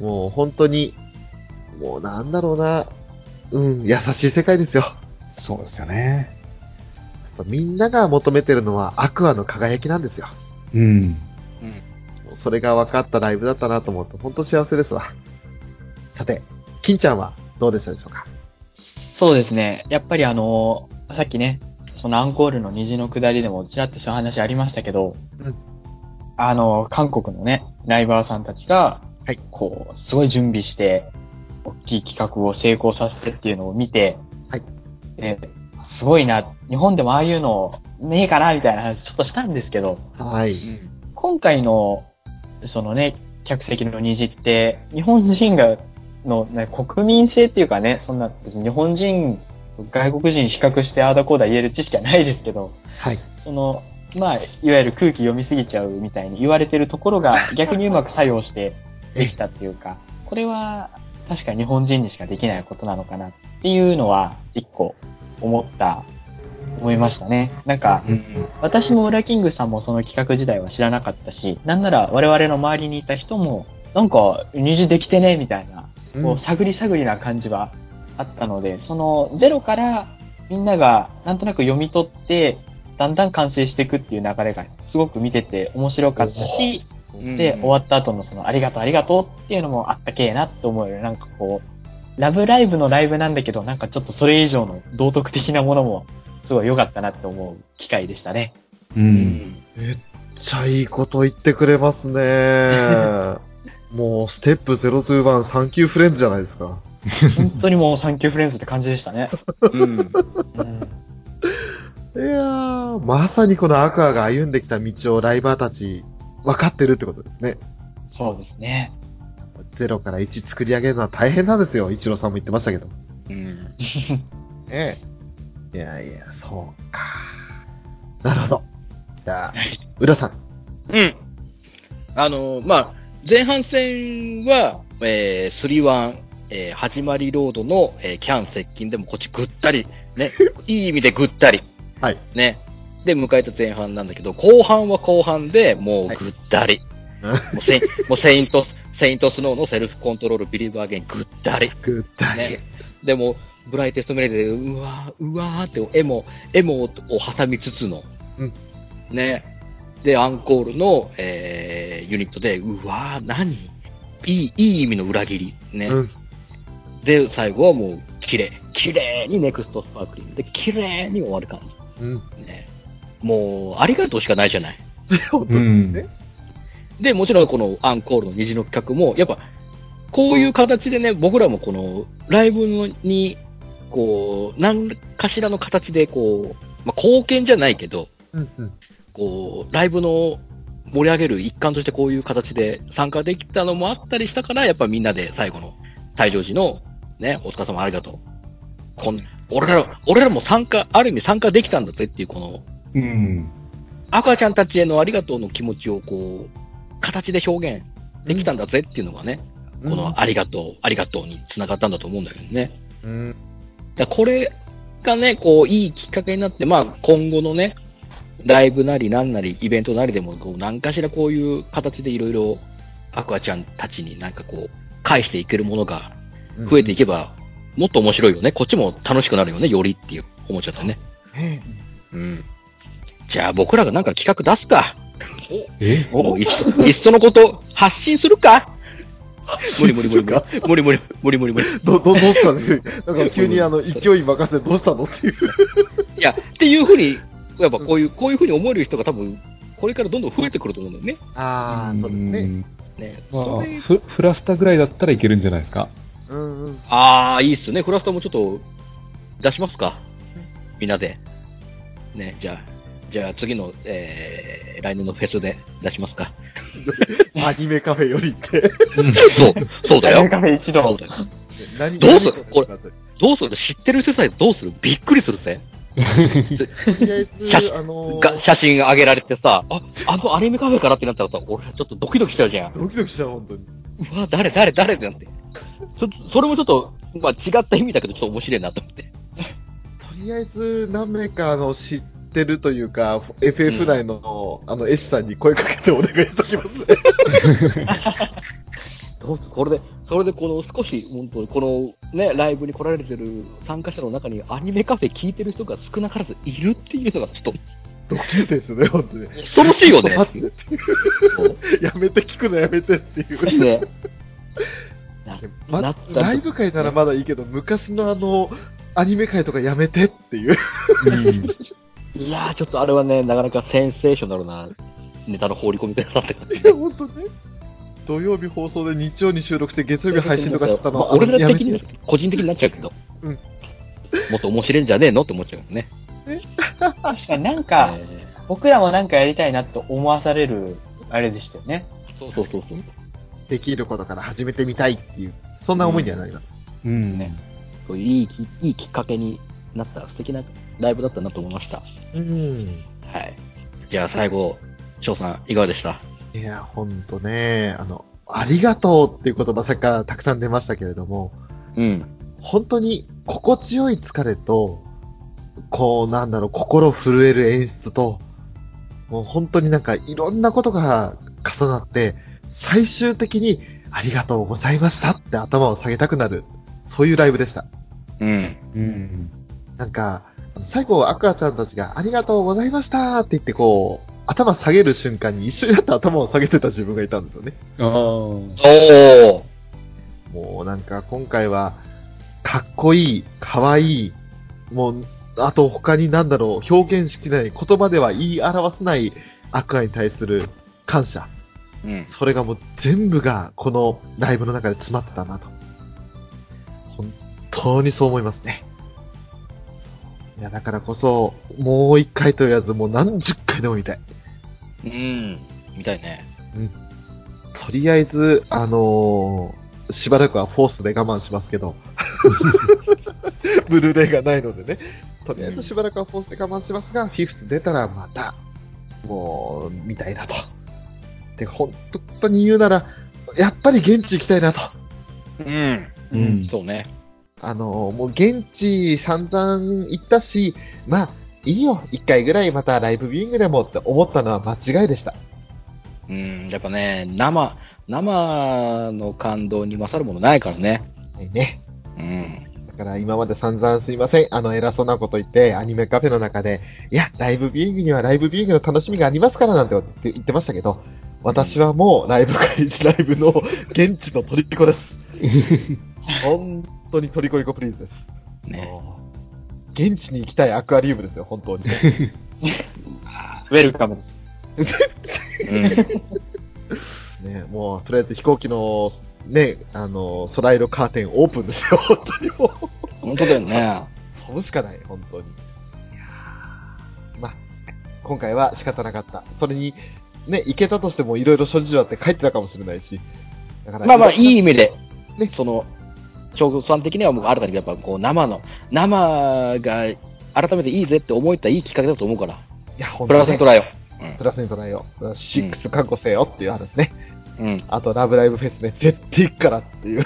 S1: もう本当に、もうなんだろうな、うん、優しい世界ですよ。や
S2: そうですよね。
S1: っぱみんなが求めてるのはアクアの輝きなんですよ。
S2: うん。
S1: それが分かったライブだったなと思うと、本当幸せですわ。さて、金ちゃんはどうでしたでしょうか
S4: そうですね。やっぱりあの、さっきね、そのアンコールの虹の下りでもちらっとした話ありましたけど、
S1: うん
S4: あの、韓国のね、ライバーさんたちが、
S1: はい
S4: こう、すごい準備して、大きい企画を成功させてっていうのを見て、
S1: はい
S4: で、すごいな、日本でもああいうのねえかなみたいな話ちょっとしたんですけど、
S1: はい。
S4: 今回の、そのね、客席の虹って、日本人が、の、ね、国民性っていうかね、そんな、別に日本人、外国人比較してああだこうだ言える知識はないですけど、
S1: はい。
S4: その、まあ、いわゆる空気読みすぎちゃうみたいに言われてるところが逆にうまく作用してできたっていうか、これは確か日本人にしかできないことなのかなっていうのは一個思った、思いましたね。なんか、私もウラキングさんもその企画自体は知らなかったし、なんなら我々の周りにいた人も、なんか、虹できてね、みたいな、こう、探り探りな感じはあったので、その、ゼロからみんながなんとなく読み取って、だんだん完成していくっていう流れが、すごく見てて面白かったし、で、終わった後のその、ありがとう、ありがとうっていうのもあったけえなって思うよ。なんかこう、ラブライブのライブなんだけど、なんかちょっとそれ以上の道徳的なものも、すごい良かったなって思う機会でしたね。
S2: うん。
S1: めっちゃいいこと言ってくれます ね。もう、ステップ021、サンキューフレンズじゃないですか。
S4: 本当にもうサンキューフレンズって感じでしたね。
S9: うん
S1: いやー、まさにこのアクアが歩んできた道をライバーたち、分かってるってことですね。
S4: そうですね。
S1: ゼロから1作り上げるのは大変なんですよ。一郎さんも言ってましたけど。
S9: うん
S1: ねえ。いやいや、そうか。なるほど。じゃあ、浦さん。
S3: うん。あのーまあ、前半戦は、えー、3-1、えー、始まりロードの、えーキャン接近でもこっちぐったり、 ね、いい意味でぐったり、
S1: はい。
S3: ね、で、迎えた前半なんだけど、後半は後半でもうぐったり。
S1: は
S3: もうセインもうセイントス、セイントスノーのセルフコントロールビリーバーゲンぐったり。
S1: ぐったり。
S3: ねでも、ブライテストメレーで、うわー、うわーって、エモ、エモを挟みつつの、
S1: うん
S3: ね。で、アンコールの、えー、ユニットで、うわー、何いい、いい意味の裏切り。ね。
S1: うん
S3: で、最後はもう、綺麗綺麗にネクストスパークリングで、綺麗に終わる感
S1: うん。
S3: じ。ね。もう、ありがとうしかないじゃない。
S2: うん。
S3: で、もちろんこのアンコールの虹の企画も、やっぱ、こういう形でね、僕らもこの、ライブのに、こう、何かしらの形で、こう、まあ、貢献じゃないけど、
S1: うん。うん。
S3: こう、ライブの盛り上げる一環としてこういう形で参加できたのもあったりしたから、やっぱみんなで最後の退場時の、ね、お疲れ様ありがとう。こん、俺ら、俺らも参加、ある意味参加できたんだぜっていう、この、
S2: うん。
S3: 赤ちゃんたちへのありがとうの気持ちをこう、形で表現できたんだぜっていうのがね、このありがとう、ありがとうに繋がったんだと思うんだけどね。
S1: うん。
S3: だからこれがね、こう、いいきっかけになって、まあ今後のね、ライブなりなんなり、イベントなりでも、こう、何かしらこういう形でいろいろ、アクアちゃんたちになんかこう、返していけるものが
S1: うん
S3: 増えていけば、もっと面白いよね。こっちも楽しくなるよね、よりっていう思っちゃったね。
S1: ね
S3: うん。じゃあ僕らがなんか企画出すか。
S2: え
S3: もういっそ、いっそのこと、発信するか無理無理無理無理無理無理無理無理無理。
S1: ど、ど、どうしたんですなんか急にあ の、勢い任せてどうしたのっていう。
S3: いや、っていうふうに、やっぱこういう、こういうふうに思える人が多分、これからどんどん増えてくると思うんだよね。
S1: ああ、そうですね。
S2: ね。
S3: ね。
S2: ま
S3: そ
S2: あ
S3: れ、
S2: フフラスタぐらいだったらいけるんじゃないですか。
S1: うんうん。
S3: ああ、いいっすね。フラスタもちょっと、出しますか。みんなで。ね、じゃあ、じゃあ次の、えー、来年のフェスで出し ますか。
S1: アニメカフェよりって。
S3: そう、そうだ
S4: ライブ
S3: よ。
S4: カフェ一
S3: そう
S4: 同。
S3: だよ
S1: 何
S3: どうするこれどうする知ってる世代どうするびっくりするぜ。
S1: とりあえ
S3: 写
S1: ず、
S3: 真
S1: あの
S3: が
S1: ー、
S3: 写真上げられてさ、あ、あのアニメカフェからってなったらさ、俺ちょっとドキドキしちゃうじゃん。
S1: ドキドキしちゃう、本当に。
S3: うわ、誰、誰、誰ってなって。そ、それもちょっと、まあ違った意味だけど、ちょっと面白いなと思って。
S1: とりあえず、何名かあの知ってるというか、FF 内の、あの、絵師さんに声かけてお願いしときますね。
S3: どうすこれで、それでこの少し、本当にこのね、ライブに来られてる参加者の中にアニメカフェ聞いてる人が少なからずいるっていうのがちょっと
S1: ドキッですね、本当に。
S3: 恐ろしいよね。
S1: 待って やめて聞くのやめてっていう。
S3: ね。
S1: ま
S3: なった
S1: ライブ会ならまだいいけど、昔のあの、アニメ界とかやめてっていう。
S2: うん
S3: いやー、ちょっとあれはね、なかなかセンセーショナルなネタの放り込みだなって。
S1: いや、本当ね。土曜日放送で日曜に収録して月曜日配信とかしてたの
S3: まあ、
S1: あの
S3: 俺ら的
S1: や
S3: に
S1: めて、
S3: 個人的になっちゃうけど。
S1: うん
S3: もっと面白いんじゃねえのって思っちゃうよね。
S4: 確かになんか、
S3: え
S4: 僕らもなんかやりたいなと思わされる、あれでしたよね。
S3: ーそうそうそうそう。
S1: できることから始めてみたいっていう、そんな思いにはなります。
S2: うん
S3: ねそういういいきいいきっかけになった素敵なライブだったなと思いました。
S1: うん。
S3: はい。じゃあ最後、翔さん、いかがでした
S1: いや、ほんとね、あの、ありがとうっていう言葉さっきからたくさん出ましたけれども、
S3: うん。
S1: 本当に心地よい疲れと、こうなんだろう、心震える演出と、もう本当になんかいろんなことが重なって、最終的にありがとうございましたって頭を下げたくなる、そういうライブでした。
S3: うん。
S2: うん
S1: なんか、最後、アクアちゃんたちがありがとうございましたって言ってこう、頭下げる瞬間に一緒になって頭を下げてた自分がいたんですよね。
S2: ああ。
S3: おお
S1: もうなんか今回は、かっこいい、かわいい、もう、あと他になんだろう、表現しきれない、言葉では言い表せないアクアに対する感謝。
S3: うん。
S1: それがもう全部がこのライブの中で詰まってたなと。本当にそう思いますね。いや、だからこそ、もう一回と言わず、もう何十回でも見たい。
S3: うん。みたいね。
S1: とりあえず、あのーしばらくはフォースで我慢しますけど、ブルーレイがないのでね、とりあえずしばらくはフォースで我慢しますが、フィフス出たらまた、もう、見たいなと。で、本当に言うなら、やっぱり現地行きたいなと。
S3: うん。
S2: うん。
S3: そうね。
S1: あのーもう現地散々行ったし、まあ、いいよ、一回ぐらいまたライブビューイングでもって思ったのは間違いでした。
S3: うん。やっぱね、生、生の感動に勝るものないからね。
S1: はいね。
S3: うん。
S1: だから今まで散々すいません。あの、偉そうなこと言って、アニメカフェの中で、いや、ライブビューイングにはライブビューイングの楽しみがありますからなんて言ってましたけど、私はもうライブ会、ライブの現地のトリコです。本当にトリコリコプリーズです。
S3: ね。
S1: もう現地に行きたいアクアリウムですよ、本当に。
S4: ウェルカムです。
S3: うん。
S1: ね、もう、とりあえず飛行機の、ね、あの、空色カーテンオープンですよ、本当にもう。
S3: 本当だよね。
S1: 飛ぶしかない、本当に。いやーまあ、今回は仕方なかった。それに、ね、行けたとしてもいろいろ諸事情あって帰ってたかもしれないし。だから
S3: まあまあ、いい意味で、
S1: ね
S3: その、翔吾さん的にはもう新たにやっぱこう生の、生が改めていいぜって思えたいいきっかけだと思うから、
S1: いや、本
S3: プ
S1: 当
S3: ラ
S1: にね、
S3: スに捉えよ
S1: プラスに捉えよう。6覚悟せよっていう話ね。
S3: う。うん。
S1: あと、ラブライブフェスね、絶対行くからって いう。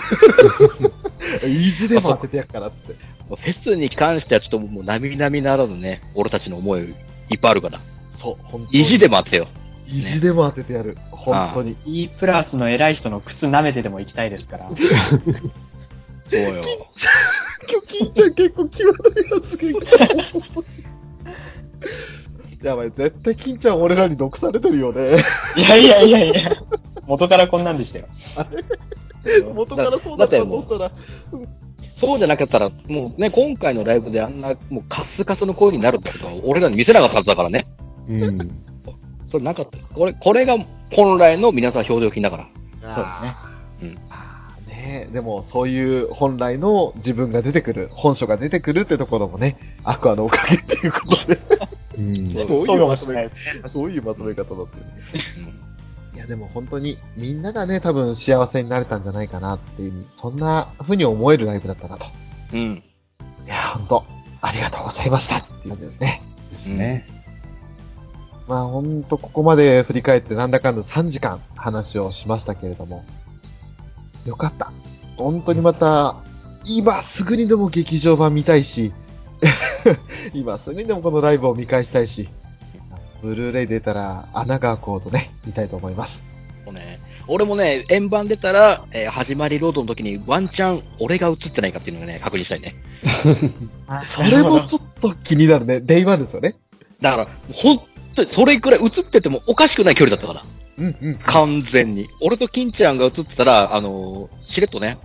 S1: 意地でも当ててやっからっつって。
S3: フェスに関してはちょっともう並々ならずね、俺たちの思いいっぱいあるから、
S1: そう、本当に
S3: 意地でもあってよ。
S1: 意地でも当ててやる。本当に。
S4: E プラスの偉い人の靴舐めてでも行きたいですから。
S3: そうよ。
S1: 今日、金ちゃん結構際どい発言来たやば い、絶対金ちゃん俺らに毒されてるよね。
S4: いやいやいやいや。元からこんなんでしたよ。
S1: 元からそうだったとしたら、
S3: そうじゃなかったら、もうね、今回のライブであんな、もうカスカスの声になるってことは、俺らに見せなかったはずだからね。
S2: うん。
S3: それなかった。これ、これが本来の皆さん表情筋だから。
S4: そうですね。
S1: あーねえでもそういう本来の自分が出てくる、本書が出てくるってところもね、アクアのおかげっていうことで、
S2: うん。
S1: どう
S4: そう
S1: い
S4: か
S1: う
S4: も
S1: ま
S4: し
S1: と
S4: れ
S1: め
S4: ないですね。
S1: どういうまとめ方だったよね。
S3: うん
S1: いやでも本当にみんながね、多分幸せになれたんじゃないかなっていう、そんな風に思えるライブだったなと。
S3: うん。
S1: いやー本当、ありがとうございましたっていう感じですね。
S2: ですね。
S1: まあ本当ここまで振り返ってなんだかんだ3時間話をしましたけれども、よかった。本当にまた、今すぐにでも劇場版見たいし、 今すぐにでもこのライブを見返したいし、ブルーレイ出たら穴が開こうとね、見たいと思います。
S3: もうね、俺もね、円盤出たら、えー始まりロードの時にワンチャン俺が映ってないかっていうのをね、確認したいね。
S4: あ
S1: それもちょっと気になるね。デイワンですよね。
S3: だから、本当にそれくらい映っててもおかしくない距離だったから。
S1: うんうん。
S3: 完 全に。俺と金ちゃんが映ってたら、あのーしれっとね、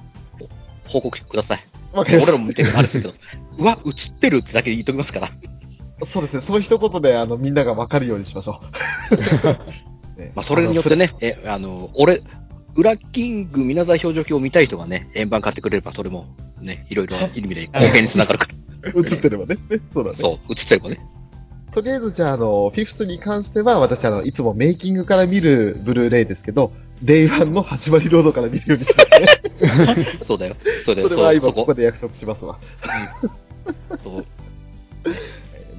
S3: 報告ください。
S1: わかりまし
S3: 俺
S1: た
S3: らも見てるあれですけど、うわ、映ってるってだけ言っときますから。
S1: そうですね。その一言で、あの、みんながわかるようにしましょ う。ね
S3: まあ、それによって。ね、え、あの、俺、裏キング皆沢表情表を見たい人がね、円盤買ってくれれば、それも、ね、いろい ろ、意味で貢献につながるから。
S1: あのそれ映ってればね。ねそうだね。
S3: そう、映ってればね。
S1: とりあえず、じゃあ、あの、フィフスに関しては、私、あの、いつもメイキングから見るブルーレイですけど、デイワンの始まりロードから見るようにしますね。
S3: そうだよ。そうだよ。
S1: それは今
S3: そ
S1: こ
S3: こ
S1: こで約束しますわ。
S3: そう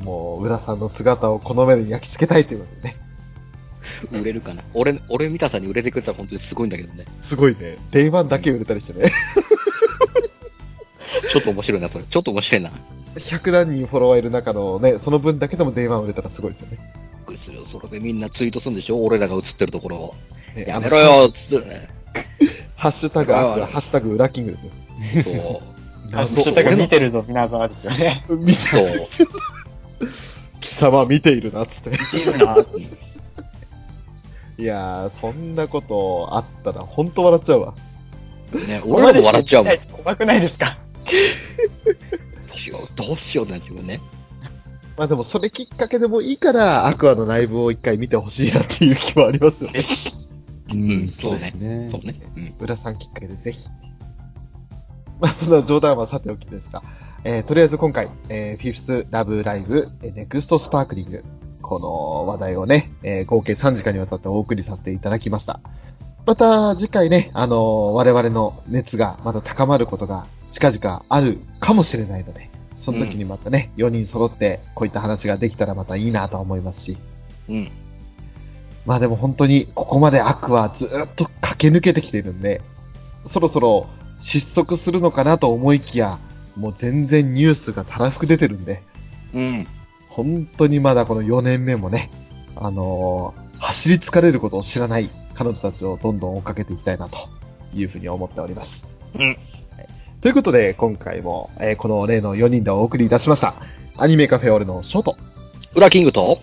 S1: もう、浦さんの姿をこの目に焼き付けたいということでね。
S3: 売れるかな。俺、俺見たさんに売れてくれたら本当にすごいんだけどね。
S1: すごいね。デイワンだけ売れたりしてね。
S3: ちょっと面白いな、それ。ちょっと面白いな。びっ
S1: 100何人フォロワーいる中のね、その分だけでもデイワン売れたらすごいですよね。
S3: くりするよ。それでみんなツイートするんでしょ俺らが映ってるところを。
S1: ね
S3: やめろ。よつってね。
S1: ハッシュタグ、あハッシュタグ、裏キングですよ。
S3: そう。
S4: ハッシュタグ見てるぞ、皆沢ですよね。
S1: 見た
S3: そう。
S1: 貴様見ているなっつって。
S4: 見てるな。
S1: いやー、そんなことあったら、ほんと笑っちゃうわ。
S3: ね、俺らも笑っちゃうもん。違う。
S4: 怖くないですか
S3: どうしような、自分ね。
S1: まあでも、それきっかけでもいいから、アクアのライブを一回見てほしいなっていう気はありますよね。
S3: うん、そうね。
S2: ね
S3: そうね。うん。
S1: 浦さんきっかけでぜひ。まあ、そんな冗談はさておきですが、えー、とりあえず今回、えー、フィフスラブライブ、えーネクストスパークリング、この話題をね、えー合計3時間にわたってお送りさせていただきました。また次回ね、あのー我々の熱がまだ高まることが近々あるかもしれないので、その時にまたね、4人揃ってこういった話ができたらまたいいなと思いますし、
S3: うん。
S1: まあでも本当にここまでアクはずっと駆け抜けてきてるんで、そろそろ失速するのかなと思いきや、もう全然ニュースがたらふく出てるんで、
S3: うん。
S1: 本当にまだこの4年目もね、あのー走り疲れることを知らない彼女たちをどんどん追っかけていきたいなというふうに思っております。
S3: うん
S1: ということで、今回も、えーこの例の4人でお送りいたしました。アニメカフェオレのショート。
S3: 裏キングと、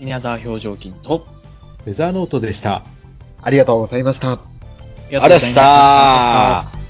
S4: 皆沢表情筋と、
S2: ウェザーノートでした。
S1: ありがとうございました。
S4: あ
S3: あ
S4: り
S3: りがとうございました。